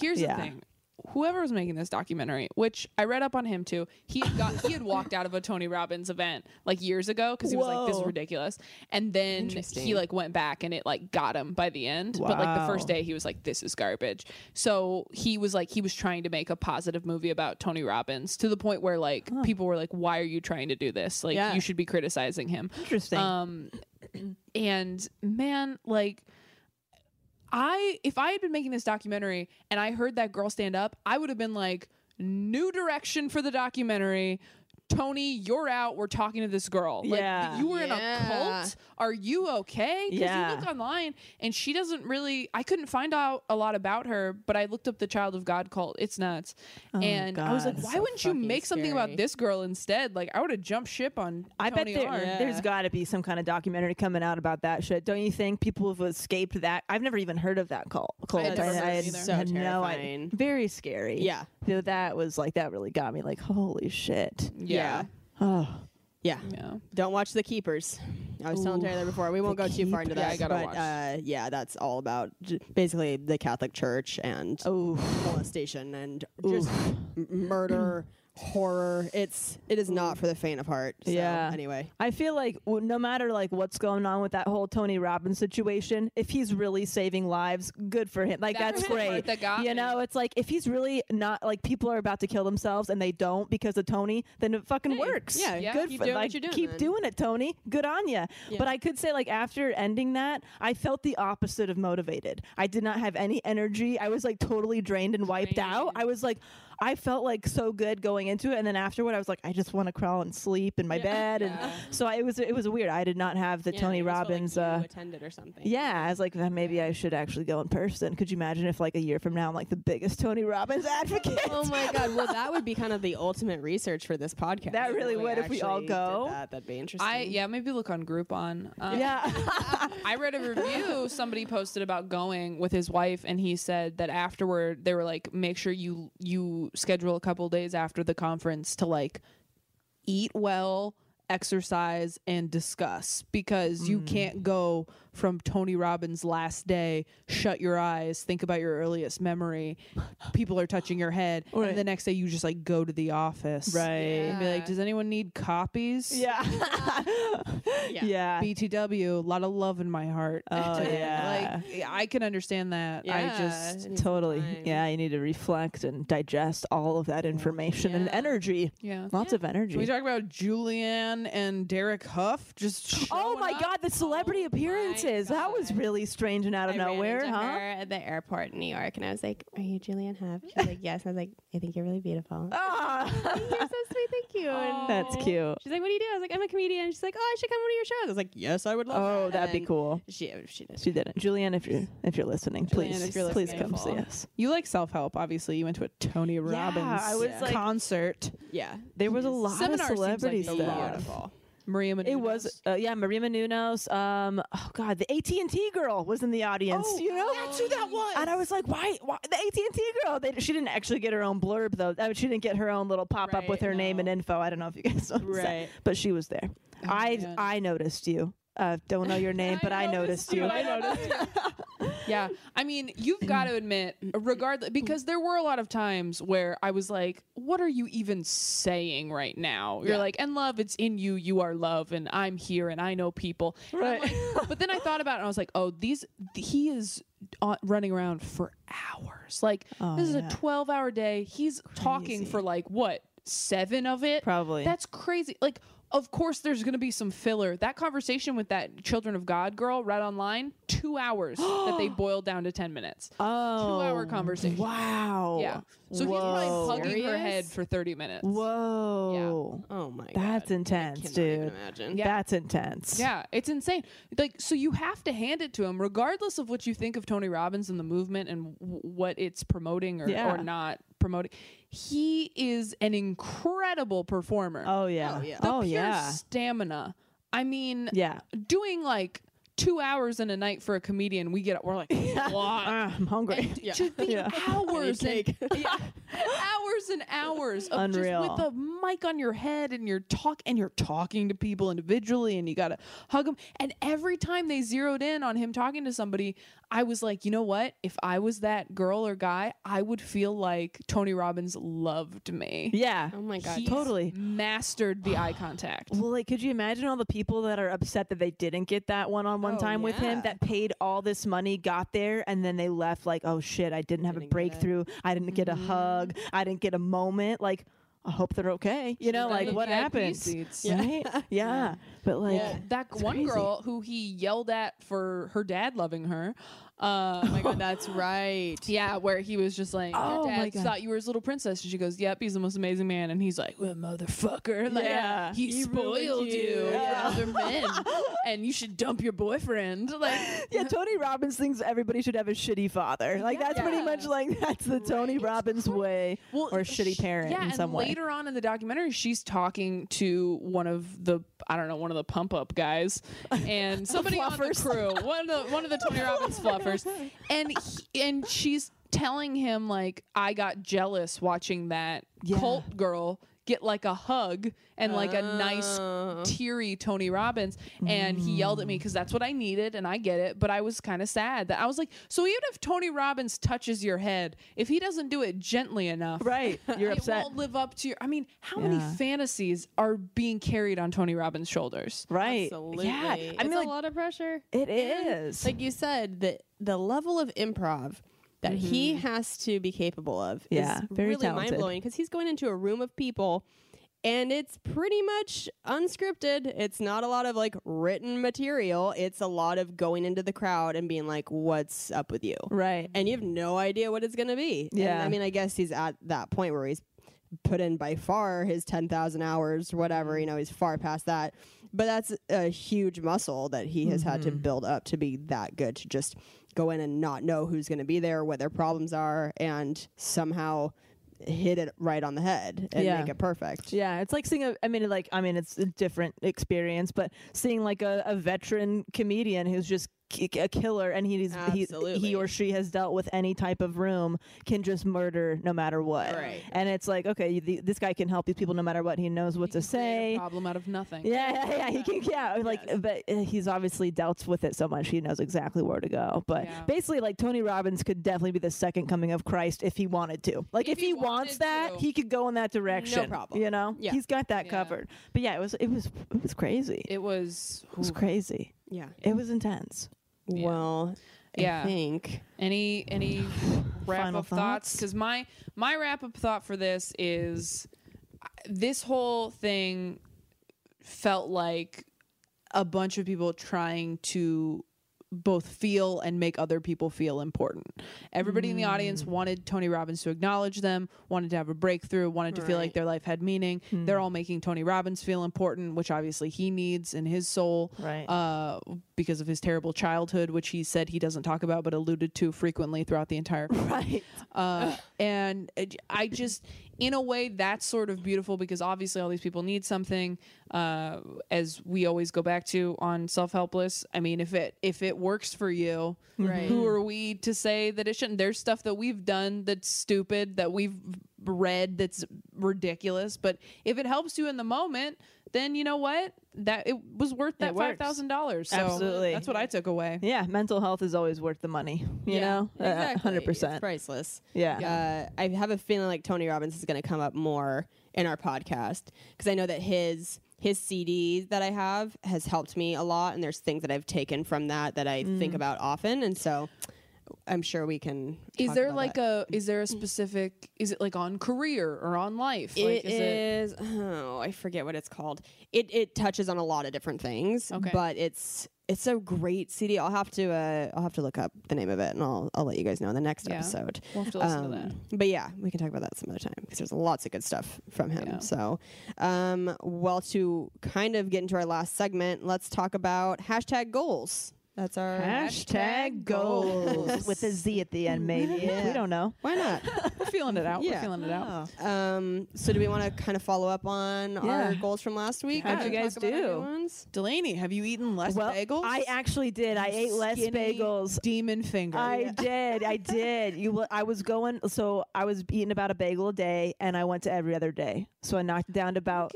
D: Here's
C: Yeah.
D: the thing. Whoever was making this documentary, which I read up on him too, he had got he had walked out of a Tony Robbins event like years ago because he was like, "This is
B: Whoa.
D: ridiculous," and then he like went back and it like got him by the end. But like the first
C: Wow.
D: day, he was like, "This is garbage." So he was like, he was trying to make a positive movie about Tony Robbins to the point where like people were like, "Why are you trying to do this? Like
B: Yeah.
D: you should be criticizing him."
C: Interesting.
D: Um, and man, like I, if I had been making this documentary and I heard that girl stand up, I would have been like, new direction for the documentary. Tony, you're out. We're talking to this girl.
C: Yeah.
D: Like, you were in a
B: Yeah.
D: cult. Are you okay? Because
C: Yeah.
D: you look online and she doesn't really. I couldn't find out a lot about her, but I looked up the Child of God cult. It's nuts. and I was
C: Oh, God.
D: like, why wouldn't you
B: fucking
D: make something about
B: scary.
D: this girl instead? Like, I would have jumped ship on.
C: I bet
D: Tony
C: there,
D: R.
C: there's got to be some kind of documentary coming out about that shit, don't you think? People have escaped that. I've never even heard of that cult. cult.
D: never heard
C: had-
D: either.
B: So terrifying.
C: Very scary.
B: Yeah.
C: So that was like that really got me. Like holy shit.
D: Yeah.
C: Oh,
B: Yeah.
D: Yeah.
B: Don't watch The Keepers. I was telling Terry there before. We won't go too far into
D: Keepers.
B: that.
D: Yeah, I gotta
B: but,
D: watch.
B: Uh, yeah, that's all about j- basically the Catholic Church and
C: Oh.
B: molestation and just m- murder, horror. It's it is not for the faint of heart. So,
C: Yeah.
B: Anyway.
C: I feel like w- no matter like what's going on with that whole Tony Robbins situation, if he's really saving lives, good for him. Like
D: That
C: that's
D: was the part
C: great.
D: that got
C: you
D: me.
C: know, it's like if he's really not like people are about to kill themselves and they don't because of Tony, then it fucking works.
B: yeah,
D: yeah,
C: good
D: keep
C: for
D: doing what
C: like
D: you're doing
C: keep
B: then.
C: doing it, Tony. Good on you.
B: Yeah.
C: But I could say like after ending that, I felt the opposite of motivated. I did not have any energy. I was like totally drained and wiped out. I was like. I felt like so good going into it, and then afterward, I was like, I just want to crawl and sleep in my bed, and so I, it was it was weird. I did not have the Tony Robbins. uh,
B: attended or something.
C: yeah, I was like, "Then maybe I should actually go in person. Could you imagine if like a year from now I'm like the biggest Tony Robbins advocate?
B: Oh my god! Well, that would be kind of the ultimate research for this podcast.
C: That
B: If
C: really
B: we
C: would if we all
B: actually did
C: go.
B: That would be interesting.
D: I yeah, maybe look on Groupon.
C: [laughs]
D: Um,
C: yeah,
D: I read
C: [laughs]
D: a review somebody posted about going with his wife, and he said that afterward they were like, make sure you you schedule a couple days after the conference to like eat well. exercise and discuss because
C: Hmm.
D: you can't go from Tony Robbins' last day, shut your eyes, think about your earliest memory, people are touching your head,
C: Right.
D: and the next day you just like go to the office.
C: Right.
D: And be like, does anyone need copies?
C: Yeah. [laughs] yeah.
D: BTW, a lot of love in my heart.
C: Oh, [laughs] yeah.
D: Like I can understand that. I
B: Yeah,
D: just
B: it needs some
C: Totally.
B: time.
C: Yeah, you need to reflect and digest all of that information and
B: Yeah.
C: energy.
D: yeah.
C: Lots of energy.
D: Can we talk about Julianne and Derek Huff? Just
C: oh
D: showing
C: my
D: up?
C: god, the celebrity appearances. That was
B: God.
C: really strange and out of
B: I
C: nowhere,
B: ran into
C: huh?
B: her at the airport in New York, and I was like, "Are you Julianne Huff?" She's like, "Yes." And I was like, "I think you're really beautiful." [laughs]
C: Ah.
B: You're so sweet. [laughs] Thank you. And
C: That's cute.
B: She's like, "What do you do?" I was like, "I'm a comedian." She's like, "Oh, I should come to one of your shows." I was like, "Yes, I would love." that."
C: Oh,
B: And
C: that'd be
B: then
C: cool.
B: She oh, she did.
C: She didn't. Julianne, if you're if you're listening, please
B: if you're
C: please
B: listening,
C: come see
B: beautiful.
C: us.
D: You like self help, obviously. You went to a Tony Robbins
C: I was, like-
D: concert.
B: Yeah,
C: There was a lot
D: Seminar
C: of
D: seems like
C: celebrity
D: a
C: stuff.
D: lot of Maria Menounos.
C: It was uh, yeah, Maria Menounos. Um, oh god, the AT and T girl was in the audience.
D: Oh,
C: you know,
D: that's who that was.
C: And I was like, why? why the AT and T girl? They, she didn't actually get her own blurb though. I mean, she didn't get her own little pop up with
B: Right,
C: her name and
B: no.
C: info. I don't know if you guys [laughs] know what I'm saying,
B: Right.
C: but she was there. I
D: Oh, man.
C: I noticed you. Uh, don't know your
D: [laughs]
C: name, but I noticed you.
D: I noticed you.
C: [laughs]
D: yeah. I mean, you've got
C: Mm.
D: to admit, regardless, because there were a lot of times where I was like, what are you even saying right now? You're like, and love, it's in you. You are love, and I'm here, and I know people. And I'm
C: Right.
D: like- but then I thought about it, and I was like, oh, these, he is on, running around for hours. Like, this is
C: Oh, yeah.
D: a 12 hour day. He's talking
C: Crazy.
D: for like, what? Seven of it,
C: Probably.
D: That's crazy. Like, of course, there's going to be some filler. That conversation with that Children of God girl right online, two hours that
C: [gasps]
D: they boiled down to 10 minutes.
C: Oh,
D: two-hour conversation.
C: Wow.
D: Yeah. So he's
C: Whoa.
D: probably hugging her
B: Serious?
D: head for 30 minutes.
C: Whoa.
B: Oh my god.
C: That's intense,
B: cannot even
C: dude.
B: imagine.
D: Yeah.
C: That's intense.
D: Yeah, it's insane. Like, so you have to hand it to him, regardless of what you think of Tony Robbins and the movement and w- what it's promoting or,
C: Yeah.
D: or not promoting. He is an incredible performer.
C: Oh yeah.
B: yeah.
D: the
C: Oh
D: pure
C: yeah.
D: stamina. I mean,
C: Yeah.
D: doing like two hours in a night for a comedian, we get we're like, what?
C: Ah, I'm hungry.
D: It should be
C: [laughs] Yeah.
D: hours and [laughs] Yeah. hours and hours of
C: Unreal.
D: just with a mic on your head and you're talk and you're talking to people individually and you gotta hug them. And every time they zeroed in on him talking to somebody, I was like, you know what? If I was that girl or guy, I would feel like Tony Robbins loved me.
C: Yeah.
B: Oh my god.
D: He's
C: Totally.
D: mastered the eye contact.
C: Well, like, could you imagine all the people that are upset that they didn't get that one-on-one
B: Oh,
C: time with him?
B: yeah.
C: That paid all this money, got there, and then they left like, oh shit, I didn't have a breakthrough. I didn't get a
D: Mm-hmm.
C: hug. I didn't get a moment. Like, I hope they're okay. You know, like
D: Should've gotten
C: what
D: the VIP
C: happens?
D: seats.
C: Right?
D: [laughs]
C: yeah. But like,
D: Well, that one
C: crazy.
D: girl who he yelled at for her dad loving her. Uh,
B: Oh my god. That's right.
D: yeah, where he was just like, Your
C: Oh my
D: dad
C: God.
D: thought you were his little princess. And she goes, Yep, he's the most amazing man. And he's like, Well, motherfucker. Like,
C: Yeah.
D: He,
B: He ruined
D: spoiled
B: you.
D: you,
B: Yeah.
D: for other men. and you should dump your boyfriend. Like,
C: Yeah, Tony Robbins thinks everybody should have a shitty father. Like that's pretty much like [laughs] that's the Tony Robbins way,
D: Well,
C: or a shitty
D: sh-
C: parent
D: yeah,
C: in
D: and
C: some way.
D: Later on in the documentary, she's talking to one of the I don't know one of the pump
C: [laughs]
D: up guys and somebody on the
C: fluffers. Oh
D: crew, one of the one of the Tony
C: [laughs]
D: Robbins fluffers, and he, and she's telling him like I got jealous watching that
C: Yeah.
D: cult girl get like a hug and like a nice
B: Oh.
D: teary Tony Robbins and he yelled at me
C: Mm.
D: because that's what I needed and I get it but I was kind of sad that I was like so even if Tony Robbins touches your head if he doesn't do it gently
B: [laughs]
D: enough
C: Right, you're
D: it
C: upset.
D: won't live up to your I mean how many fantasies are being carried on Tony Robbins shoulders
C: Right.
B: Absolutely.
C: Yeah. I mean,
B: It's a
C: like,
B: lot of pressure.
C: it
B: And,
C: is.
B: Like you said, the the level of improv that he has to be capable of
C: Mm-hmm. Yeah,
B: is
C: very
B: really
C: talented.
B: mind blowing because he's going into a room of people and it's pretty much unscripted. It's not a lot of like written material. It's a lot of going into the crowd and being like, What's up with you?
C: right.
B: And you have no idea what it's gonna be. And,
C: Yeah.
B: I mean, I guess he's at that point where he's put in by far his 10,000 hours,
C: Mm-hmm.
B: whatever, you know, he's far past that. But that's a huge muscle that he has had to
C: Mm-hmm.
B: build up to be that good to just go in and not know who's going to be there, what their problems are, and somehow hit it right on the head and
C: Yeah.
B: make it perfect.
C: Yeah, it's like seeing a. I mean, like I mean, it's a different experience, but seeing like a, a veteran comedian who's just k- a killer and he's, he he
B: Absolutely.
C: or she has dealt with any type of room can just murder no matter what.
B: Right.
C: And it's like okay, you- the, this guy can help these people no matter what. He knows what to say.
D: problem out of nothing.
C: Yeah, yeah, yeah. He can, yeah. Like, but uh, he's obviously dealt with it so much he knows exactly where to go. But
D: Yeah.
C: basically, like Tony Robbins could definitely be the second coming of Christ if he wanted to. Like, if,
D: he
C: he, wants
D: wanted
C: that,
D: to.
C: he could go in that direction.
B: problem.
C: You know,
B: Yeah.
C: he's got that
D: Yeah.
C: covered. But yeah, it was, it was, it was crazy. It,
D: It was.
C: was crazy.
B: Yeah.
C: It was intense.
B: Well, I
D: Yeah.
B: think
D: Any any wrap
C: [sighs] Final
D: up thoughts?
C: thoughts?
D: Because my my wrap up thought for this is I- this whole thing felt like a bunch of people trying to both feel and make other people feel important. Everybody in the
C: Mm.
D: audience wanted Tony Robbins to acknowledge them, wanted to have a breakthrough, wanted to feel like their life had meaning.
C: Hmm.
D: They're all making Tony Robbins feel important, which obviously he needs in his soul
C: Right.
D: uh, because of his terrible childhood, which he said he doesn't talk about but alluded to frequently throughout the entire
C: [laughs]
D: film.
C: Right.
D: Uh, and it- I just, in a way, that's sort of beautiful because obviously all these people need something. Uh, as we always go back to on self helpless, I mean, if it if it works for you,
B: Right.
D: who are we to say that it shouldn't? There's stuff that we've done that's stupid that we've read that's ridiculous, but if it helps you in the moment, then you know what that it was worth that five
C: works.
D: thousand dollars. So
C: Absolutely.
D: that's what I took away.
C: Yeah. Mental health is always worth the money. You know, Uh,
B: exactly.
C: hundred
B: It's
C: percent.
B: priceless.
C: Yeah.
B: Uh, I have a feeling like Tony Robbins is going to come up more in our podcast because I know that his his CD that I have has helped me a lot, and there's things that I've taken from that that I think about often, and so I'm sure we can.
D: Is
B: talk
D: there
B: about
D: like
B: that. Mm.
D: a is there a specific is it like on career or on life? like
B: It is oh I forget what it's called. It it touches on a lot of different things,
D: Okay.
B: but it's it's a great CD. I'll have to uh, I'll have to look up the name of it, and I'll I'll let you guys know in the next
D: Yeah.
B: episode.
D: We'll have to listen to that.
B: Um, But yeah, we can talk about that some other time because there's lots of good stuff from him. So, um, well, to kind of get into our last segment, let's talk about hashtag goals. That's our
C: Hashtag goals with a Z at the end, maybe. We don't know.
B: Why not?
C: [laughs]
D: We're feeling it out.
B: Yeah.
D: We're feeling it out.
B: Um, so, do we want to kind of follow up on our
C: Yeah.
B: goals from last week?
C: How'd
B: Wanna
C: you
B: talk
C: guys
B: about our new
C: do?
B: ones?
D: Delaney, have you eaten less
C: Well,
D: bagels?
C: I actually did. I ate less
D: Skinny
C: bagels.
D: Demon finger.
C: I
D: [laughs]
C: did. I did. You. wa- I was going. So I was eating about a bagel a day, and I went to every other day. So I knocked it down to about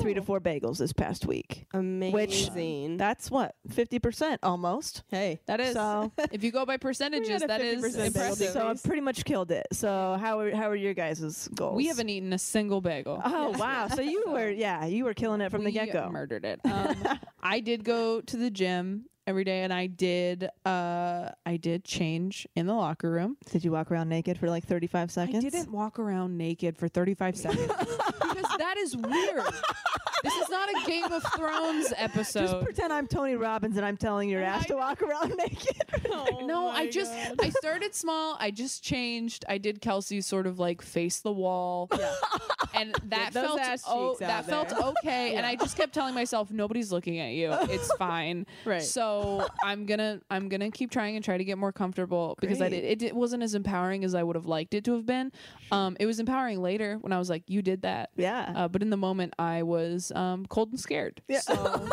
C: three to four bagels this past week.
B: Amazing.
C: That's what fifty percent almost.
B: hey,
D: That is.
C: So-
D: [laughs] if you go by percentages, that
B: 50%
D: is
B: bagel
D: impressive.
C: So I pretty much killed it. So how are how are your guys' goals?
D: we haven't eaten a single bagel.
C: [laughs]
B: Uh-huh,
C: Oh wow! So
D: [laughs]
C: you were yeah, you were killing it from the
D: We
C: get go.
B: [laughs]
D: Murdered it. Um, I did go to the gym every day, and I did. Uh, I did change in the locker room.
C: Did you walk around naked for like thirty five
D: I
C: seconds?
D: didn't walk around naked for [laughs] 35 seconds because that is weird. This is not a Game of [laughs] Thrones
C: Just
D: episode.
C: pretend I'm Tony Robbins and I'm telling your ass to walk around [laughs] naked.
D: [laughs]
B: Oh
D: no, I just I started small. I just changed. I did Kelsey sort of like face the wall, and that
B: those
D: felt
B: ass
D: oh,
B: cheeks out
D: that felt
B: there.
D: okay. And I just kept telling myself nobody's looking at you.
B: [laughs]
D: It's fine.
B: Right.
D: So I'm gonna I'm gonna keep trying and try to get more comfortable because I did, it, it wasn't as empowering as I would have liked it to have been. Um, it was empowering later when I was like, you did that.
C: Yeah.
D: Uh, but in the moment, I was um, cold and scared. Yeah.
B: [laughs]
D: So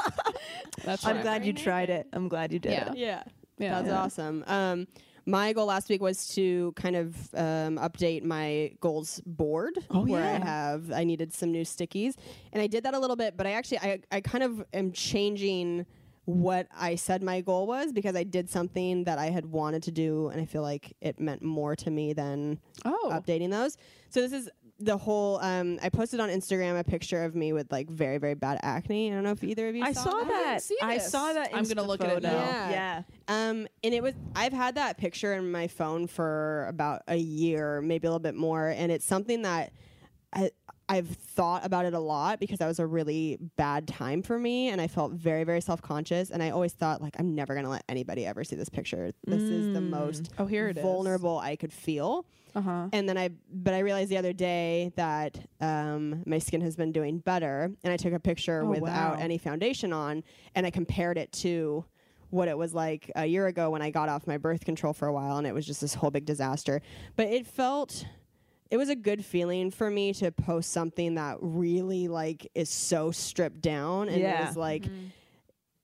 D: that's
C: I'm
D: why-
C: glad you tried it. I'm glad you did.
D: Yeah.
C: it.
B: yeah.
D: Yeah.
B: That's awesome. Um, my goal last week was to kind of um, update my goals board
D: Oh,
B: where I have I needed some new stickies, and I did that a little bit. But I actually I, I kind of am changing what I said my goal was because I did something that I had wanted to do, and I feel like it meant more to me than
D: Oh.
B: updating those. So this is the whole. Um, I posted on Instagram a picture of me with like very very bad acne. I don't know if either of you
C: I
B: saw,
C: saw
B: that.
C: that.
D: see
C: I
D: this.
C: saw that.
D: I'm gonna
C: Insta
D: look at it
C: photo.
D: now.
C: Yeah.
B: Yeah. Um, and it was I've had that picture in my phone for about a year, maybe a little bit more, and it's something that I I've thought about it a lot because that was a really bad time for me, and I felt very very self conscious, and I always thought like I'm never gonna let anybody ever see this picture. This is the most
D: Oh, here it is.
B: vulnerable I could feel.
D: Uh huh.
B: And then I, but I realized the other day that um, my skin has been doing better, and I took a picture without any foundation on, and I compared it to what it was like a year ago when I got off my birth control for a while, and it was just this whole big disaster. But it felt, it was a good feeling for me to post something that really like is so stripped down, and
C: Yeah.
B: is like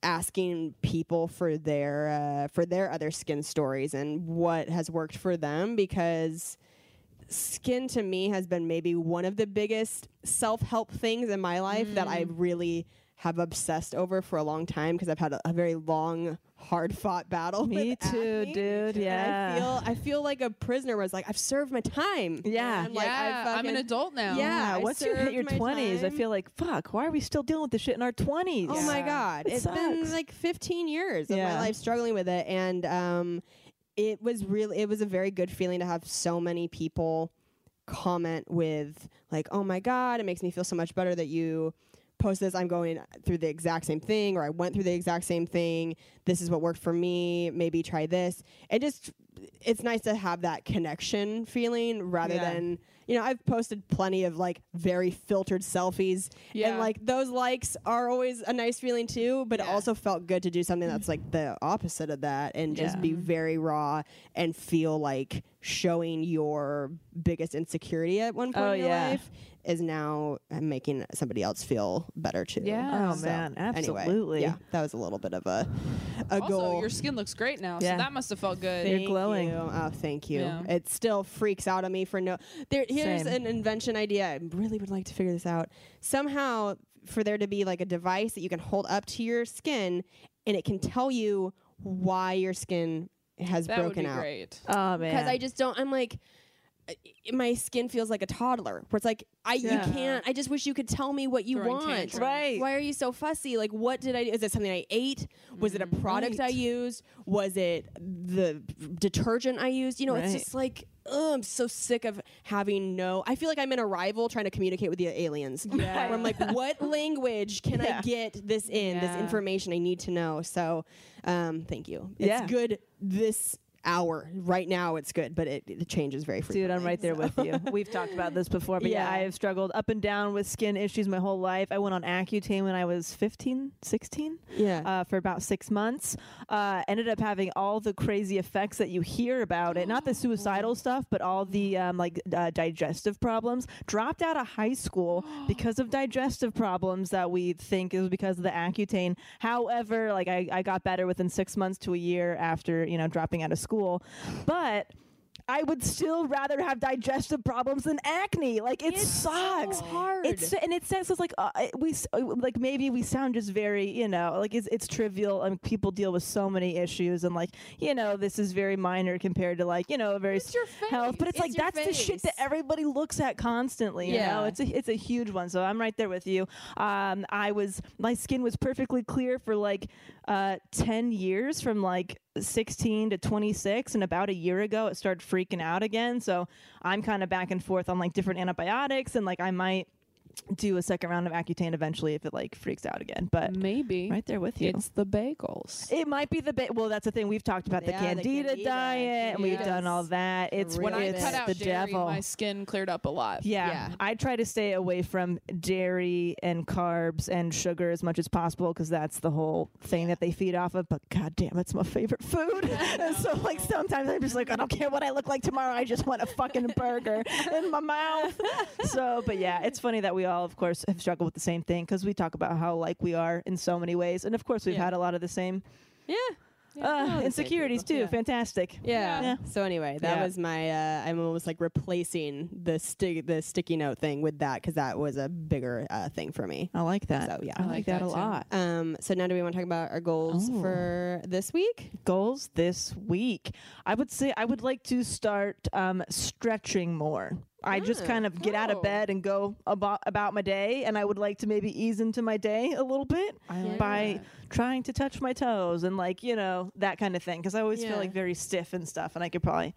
B: asking people for their uh, for their other skin stories and what has worked for them because skin to me has been maybe one of the biggest self-help things in my life that
C: Mm.
B: I really have obsessed over for a long time because I've had a, a very long hard fought battle
C: Me
B: with
C: too,
B: acne.
C: dude.
B: And I
C: Yeah.
B: feel I feel like a prisoner was like I've served my time.
C: Yeah.
B: And I'm like, I
D: yeah, I'm an
B: fucking-
D: adult now.
B: Yeah, I
C: Oh Once you hit
B: served
C: your
B: my
C: 20s, I
B: time.
C: feel like, fuck, why are we still dealing with this shit in our 20s?
B: Oh my god,
C: It
B: It's been
C: sucks.
B: like 15 years of
C: Yeah.
B: my life struggling with it, and um, it was really it was a very good feeling to have so many people comment with like, oh my god, it makes me feel so much better that you post this. I'm going through the exact same thing, or I went through the exact same thing. This is what worked for me. Maybe try this. It just it's nice to have that connection feeling rather
C: Yeah.
B: than you know i've posted plenty of like very filtered selfies
D: Yeah.
B: and like those likes are always a nice feeling too but it also felt good to do something that's like the opposite of that and just be very raw and feel like showing your biggest insecurity at one point
C: Oh,
B: in your
C: yeah.
B: life is now making somebody else feel better too
D: Yeah.
C: Oh, man,
B: anyway,
C: absolutely.
B: yeah that was a little bit of a a
D: Also,
B: goal
D: your skin looks great now,
C: Yeah.
D: so that must have felt good.
C: You're glowing.
B: you. Oh, thank you.
D: Yeah.
B: It still freaks out on me for no. There, here's
C: Same.
B: an invention idea. I really would like to figure this out. Somehow, for there to be like a device that you can hold up to your skin, and it can tell you why your skin has
D: that would
B: broken
D: be
B: out.
D: great.
C: Oh man.
B: Because I just don't. I'm like. uh, My skin feels like a toddler, where it's like I
C: Yeah.
B: you can't. I just wish you could tell me what you
D: Throwing
B: want.
D: tantrums.
C: right.
B: Why are you so fussy? Like, what did I do? Is it something I ate? Was it a
C: Mm,
B: product I used? Was it the detergent I used? You know, it's
C: Right.
B: just like, ugh, I'm so sick of having no. I feel like I'm in Arrival trying to communicate with the
C: [laughs]
B: aliens. Where I'm like, what language can I get this in, this information I need to know? So, um, thank you. It's
C: Yeah.
B: good this hour. Right now, it's good, but it, it changes very frequently.
C: Dude, I'm right there with you.
B: [laughs]
C: We've talked about this before, but yeah.
B: Yeah.
C: I have struggled up and down with skin issues my whole life. I went on Accutane when I was 15, 16,
B: Yeah.
C: uh, for about six months. Uh, ended up having all the crazy effects that you hear about it, not the
B: [gasps]
C: suicidal stuff, but all the um, like uh, digestive problems. Dropped out of high
B: [gasps]
C: school because of digestive problems that we think is because of the Accutane. However, like I, I got better within six months to a year after you know dropping out of school, but. I would still rather have digestive problems than acne. Like it sucks. It's and it says it's like uh, it- we s- uh, like maybe we sound just very you know like it's it's trivial and people deal with so many issues and like you know this is very minor compared to like you know very
F: It's your
C: s- health. But it's,
F: face.
C: like
F: It's your
C: that's the shit that
F: face.
C: everybody looks at constantly. You know
D: Yeah.
C: it's a it's a huge one. So I'm right there with you. Um, I was my skin was perfectly clear for like uh, ten years from like. 16 to 26 and about a year ago it started freaking out again so i'm kind of back and forth on like different antibiotics and like i might do a second round of accutane eventually if it like freaks out again but
D: Maybe
C: right there with you
D: it's the bagels.
C: it might be the ba- well that's the thing we've talked about the,
B: Yeah, the
C: candida
B: candida.
C: diet and we've
B: Yes.
C: done all that it's
D: when I
C: it's
D: cut out
C: the
D: dairy,
C: devil
D: my skin cleared up a lot.
C: yeah.
B: Yeah.
C: I try to stay away from dairy and carbs and sugar as much as possible because that's the whole thing that they feed off of. But god damn, it's my favorite food. [laughs] and so like sometimes I'm just like, I don't care what I look like tomorrow. I just want a fucking burger in my mouth. So, but yeah, it's funny that we all, of course, have struggled with the same thing because we talk about how like we are in so many ways, and of course we've
D: Yeah.
C: had a lot of the same.
B: Yeah.
C: Uh, insecurities too.
B: Yeah.
C: Fantastic.
B: Yeah.
C: Yeah.
B: So anyway, that
C: Yeah.
B: was my. Uh, I'm almost like replacing the stick the sticky note thing with that because that was a bigger uh, thing for me.
C: I like that.
B: So, yeah.
C: I, like, that, a
D: too.
C: lot.
B: Um. So now, do we want to talk about our goals for this week?
C: goals this week. I would say I would like to start um, stretching more. I
B: Mm,
C: just kind of get out of bed and go about, about my day, and I would like to maybe ease into my day a little bit by trying to touch my toes and like you know that kind of thing. Because I always
B: Yeah.
C: feel like very stiff and stuff, and I could probably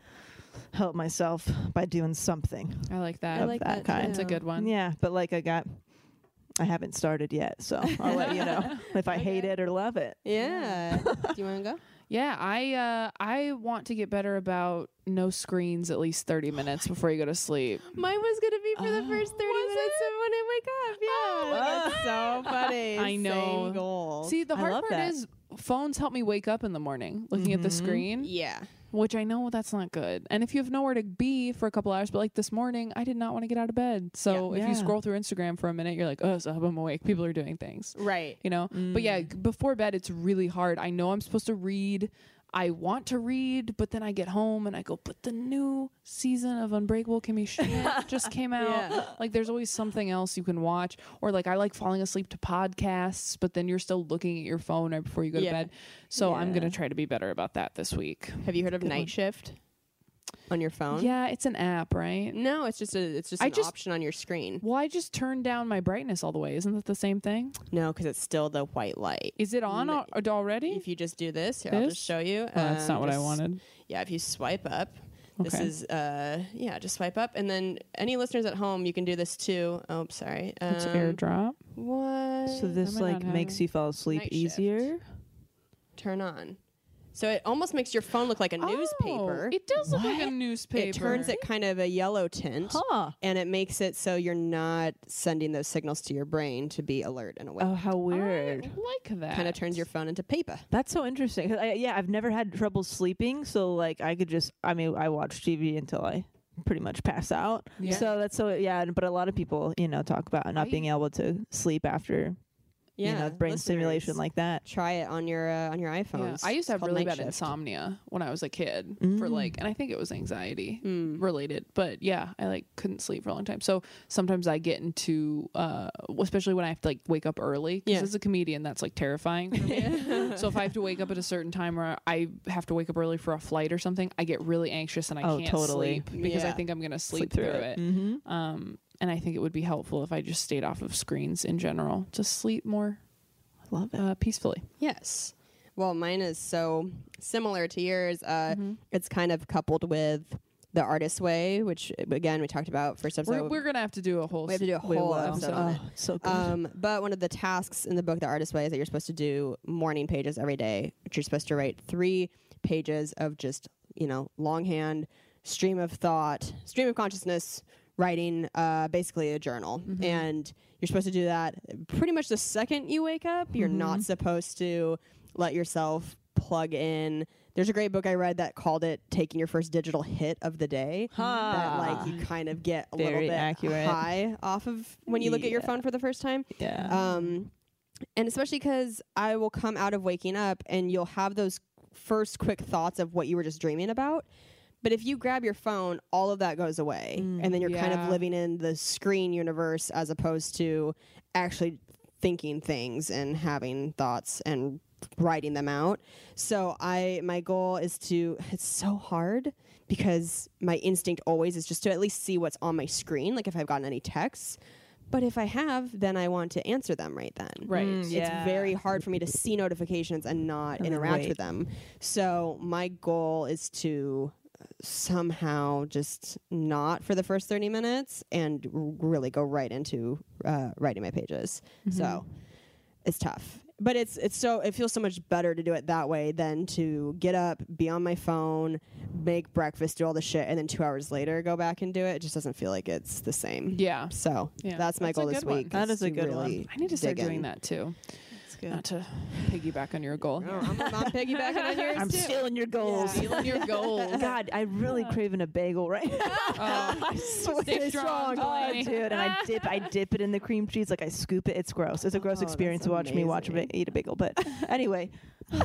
C: help myself by doing something.
D: I like that.
C: Of like that that kind.
D: That's a good one.
C: Yeah, but like I got, I haven't started yet,
B: [laughs]
C: so I'll let you know if I hate it or love it.
B: Yeah. [laughs] do you want to go?
D: Yeah, I uh, I want to get better about no screens at least thirty minutes before you go to sleep.
B: Mine was gonna be for the first thirty minutes of when I wake up. Yeah. Oh, ah. that's so [laughs] funny.
D: I know.
B: Same goal.
D: See, the
C: I
D: hard
C: love
D: part
C: that. Mm-hmm.
D: is phones help me wake up in the morning looking at the screen.
B: Yeah.
D: which I know that's not good. And if you have nowhere to be for a couple hours, but like this morning, I did not want to get out of bed. So if
C: Yeah.
D: you scroll through Instagram for a minute, you're like, oh, so I'm awake. People are doing things.
B: Right.
D: You know? But yeah,
C: Mm.
D: g- before bed, it's really hard. I know I'm supposed to read. I want to read, but then I get home and I go, but the new season of Unbreakable
C: [laughs]
D: Kimmy Schmidt just came out. Like, there's always something else you can watch. Or, like, I like falling asleep to podcasts, but then you're still looking at your phone right before you go
B: Yeah.
D: to bed. So, I'm going to try to be better about that this week.
B: Have you heard of night shift on your phone? Mm.
D: Yeah, it's an app, right?
B: No, it's just a it's just
D: I
B: an
D: just-
B: option on your screen.
D: Well, I just turned down my brightness all the way. Isn't that the same thing?
B: No, because it's still the white light.
D: Is it on al- already?
B: If you just do this, here, I'll
D: This?
B: just show you.
D: Oh, that's
B: Um,
D: not what I
B: just-
D: wanted.
B: Yeah, if you swipe up, this
D: Okay.
B: is uh yeah, just swipe up, and then any listeners at home, you can do this too. Oh, sorry. Um,
D: It's AirDrop.
B: What?
C: So this
D: I not
C: like makes
D: having-
C: you fall asleep
B: Night shift.
C: easier.
B: Turn on. So it almost makes your phone look like a
D: Oh,
B: newspaper.
D: It does look like a newspaper.
B: It turns it kind of a yellow tint.
C: Huh.
B: And it makes it so you're not sending those signals to your brain to be alert and awake.
C: Oh, how weird.
D: I like that.
B: Kind of turns your phone into paper.
C: That's so interesting. 'Cause I, yeah, I've never had trouble sleeping, so like I could just I mean, I watch TV until I pretty much pass out.
D: Yeah.
C: So that's so yeah, and- but a lot of people, you know, talk about not being
D: Right.
C: able to sleep after you know, brain stimulation
B: listeners,
C: like that.
B: try it on your uh, on your iPhone.
D: Yeah, I used to have really bad
B: insomnia.
D: insomnia when I was a kid
B: Mm.
D: for like, and I think it was anxiety related, but yeah, I like couldn't sleep for a long time. So sometimes I get into, uh, especially when I have to like wake up early because
B: Yeah.
D: as a comedian, that's like terrifying
B: [laughs]
D: for me. [laughs] so if I have to wake up at a certain time or I have to wake up early for a flight or something, I get really anxious and I
C: Oh,
D: can't
C: totally.
D: sleep because I
B: Yeah.
D: think I'm going to sleep, through, it.
C: Mm-hmm.
D: Um, and I think it would be helpful if I just stayed off of screens in general to sleep more
C: Love it.
D: uh, peacefully.
B: Yes. Well, mine is so similar to yours. Uh,
D: Mm-hmm.
B: It's kind of coupled with the artist way, which again we talked about first episode.
D: We're, we're going to have to do a whole
B: we have to do a
C: We
B: whole
C: will.
B: episode. on it.
C: Oh, so good.
B: Um, but one of the tasks in the book, The Artist Way, is that you're supposed to do morning pages every day. Which you're supposed to write three pages of just you know longhand, stream of thought, stream of consciousness writing, uh, basically a journal.
C: Mm-hmm.
B: And you're supposed to do that pretty much the second you wake up. You're
C: Mm-hmm.
B: not supposed to let yourself plug in. There's a great book I read that called it "Taking Your First Digital Hit of the Day." That like you kind of get a little
C: Ah. Very
B: bit
C: accurate.
B: high off of when you look at your
C: Yeah.
B: phone for the first time.
C: yeah.
B: Um, and especially because I will come out of waking up and you'll have those first quick thoughts of what you were just dreaming about. But if you grab your phone, all of that goes away. and then you're kind of
D: yeah.
B: living in the screen universe as opposed to actually thinking things and having thoughts and writing them out. So I my goal is to it's so hard because my instinct always is just to at least see what's on my screen, like if I've gotten any texts. But if I have, then I want to answer them right then.
D: Right. Mm,
B: It's very hard for me to see notifications and not
C: And then
B: interact
C: wait.
B: with them. So my goal is to somehow just not for the first 30 minutes and r- really go right into uh, writing my pages.
D: Mm-hmm.
B: So it's tough. But it's it's so it feels so much better to do it that way than to get up, be on my phone, make breakfast, do all the shit, and then two hours later go back and do it. It just doesn't feel like it's the same.
D: Yeah.
B: So
D: Yeah,
B: that's my
D: that's a
B: goal this
D: good one.
B: week.
C: That is a
B: to
C: good one.
B: really
D: I need to start
B: dig
D: doing
B: in.
D: that too. Not to piggyback on your goal.
B: [laughs] No,
C: [laughs]
B: Oh, I'm, I'm piggybacking on yours
C: I'm
B: too.
C: stealing your goals.
D: Stealing your goals.
C: [laughs] God, I really craving a bagel right now.
D: Oh, stay strong,
C: Oh,
D: Delaney.
C: dude, and I dip, I dip it in the cream cheese, like I scoop it. It's gross.
D: Oh,
C: It's a gross
B: that's
C: experience to watch me watch a ba-
B: amazing.
C: eat a bagel. But [laughs] anyway,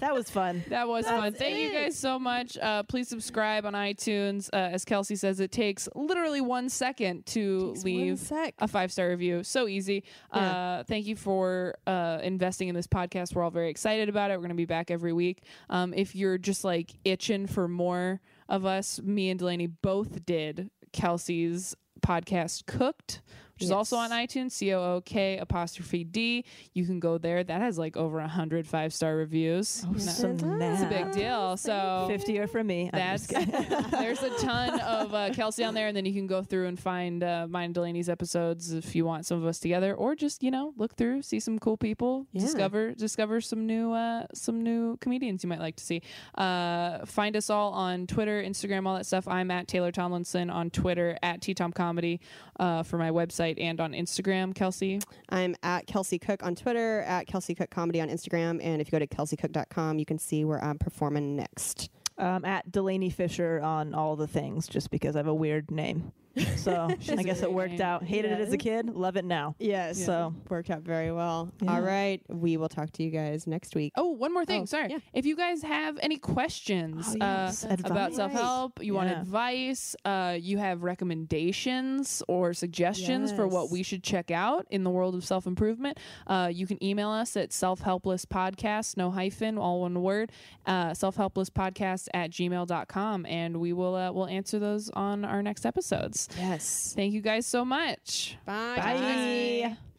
C: that was fun.
D: That was fun. Thank you guys so much. Uh, please subscribe on iTunes. Uh, as Kelsey says, it takes literally one second to
B: Takes one
D: leave
B: sec.
D: a five star review. So easy. Uh, thank you for uh, investing in this podcast. We're all very excited about it. We're going to be back every week. Um, if you're just like itching for more of us, me and Delaney both did Kelsey's podcast Cooked, which is also on iTunes, C O O K apostrophe D. You can go there. That has like over a hundred five star reviews. Oh,
C: Some
D: it's a big
C: mad.
D: deal. So
C: Fifty are from me. [laughs] I'm
D: that's
C: just kidding.
D: there's a ton of uh, Kelsey on there, and then you can go through and find uh, mine and Delaney's episodes if you want some of us together, or just you know look through, see some cool people, discover discover some new uh, some new comedians you might like to see. Uh, find us all on Twitter, Instagram, all that stuff. I'm at Taylor Tomlinson on Twitter at T Tom Comedy uh, for my website and on Instagram. Kelsey,
B: I'm at Kelsey Cook on Twitter, at Kelsey Cook Comedy on Instagram, and if you go to kelseycook.com, you can see where I'm performing next.
C: um, at Delaney Fisher on all the things, just because I have a weird name.
D: [laughs]
C: So I guess it worked out. Hated it as a kid, love it now.
B: Yes.
C: So
B: worked out very well. All right. We will talk to you guys next week.
D: Oh, one more thing.
B: Oh,
D: Sorry.
B: yeah.
D: If you guys have any questions
C: Oh, yes,
D: uh, about
C: advice.
D: self help, you want
C: Yeah.
D: advice, uh, you have recommendations or suggestions for what
B: Yes.
D: we should check out in the world of self improvement, uh, you can email us at self helpless podcast, no hyphen, all one word, uh, self helpless podcast at gmail.com. And we will uh, we'll answer those on our next episodes.
B: Yes.
D: Thank you guys so much.
B: Bye.
D: Bye.
B: Bye.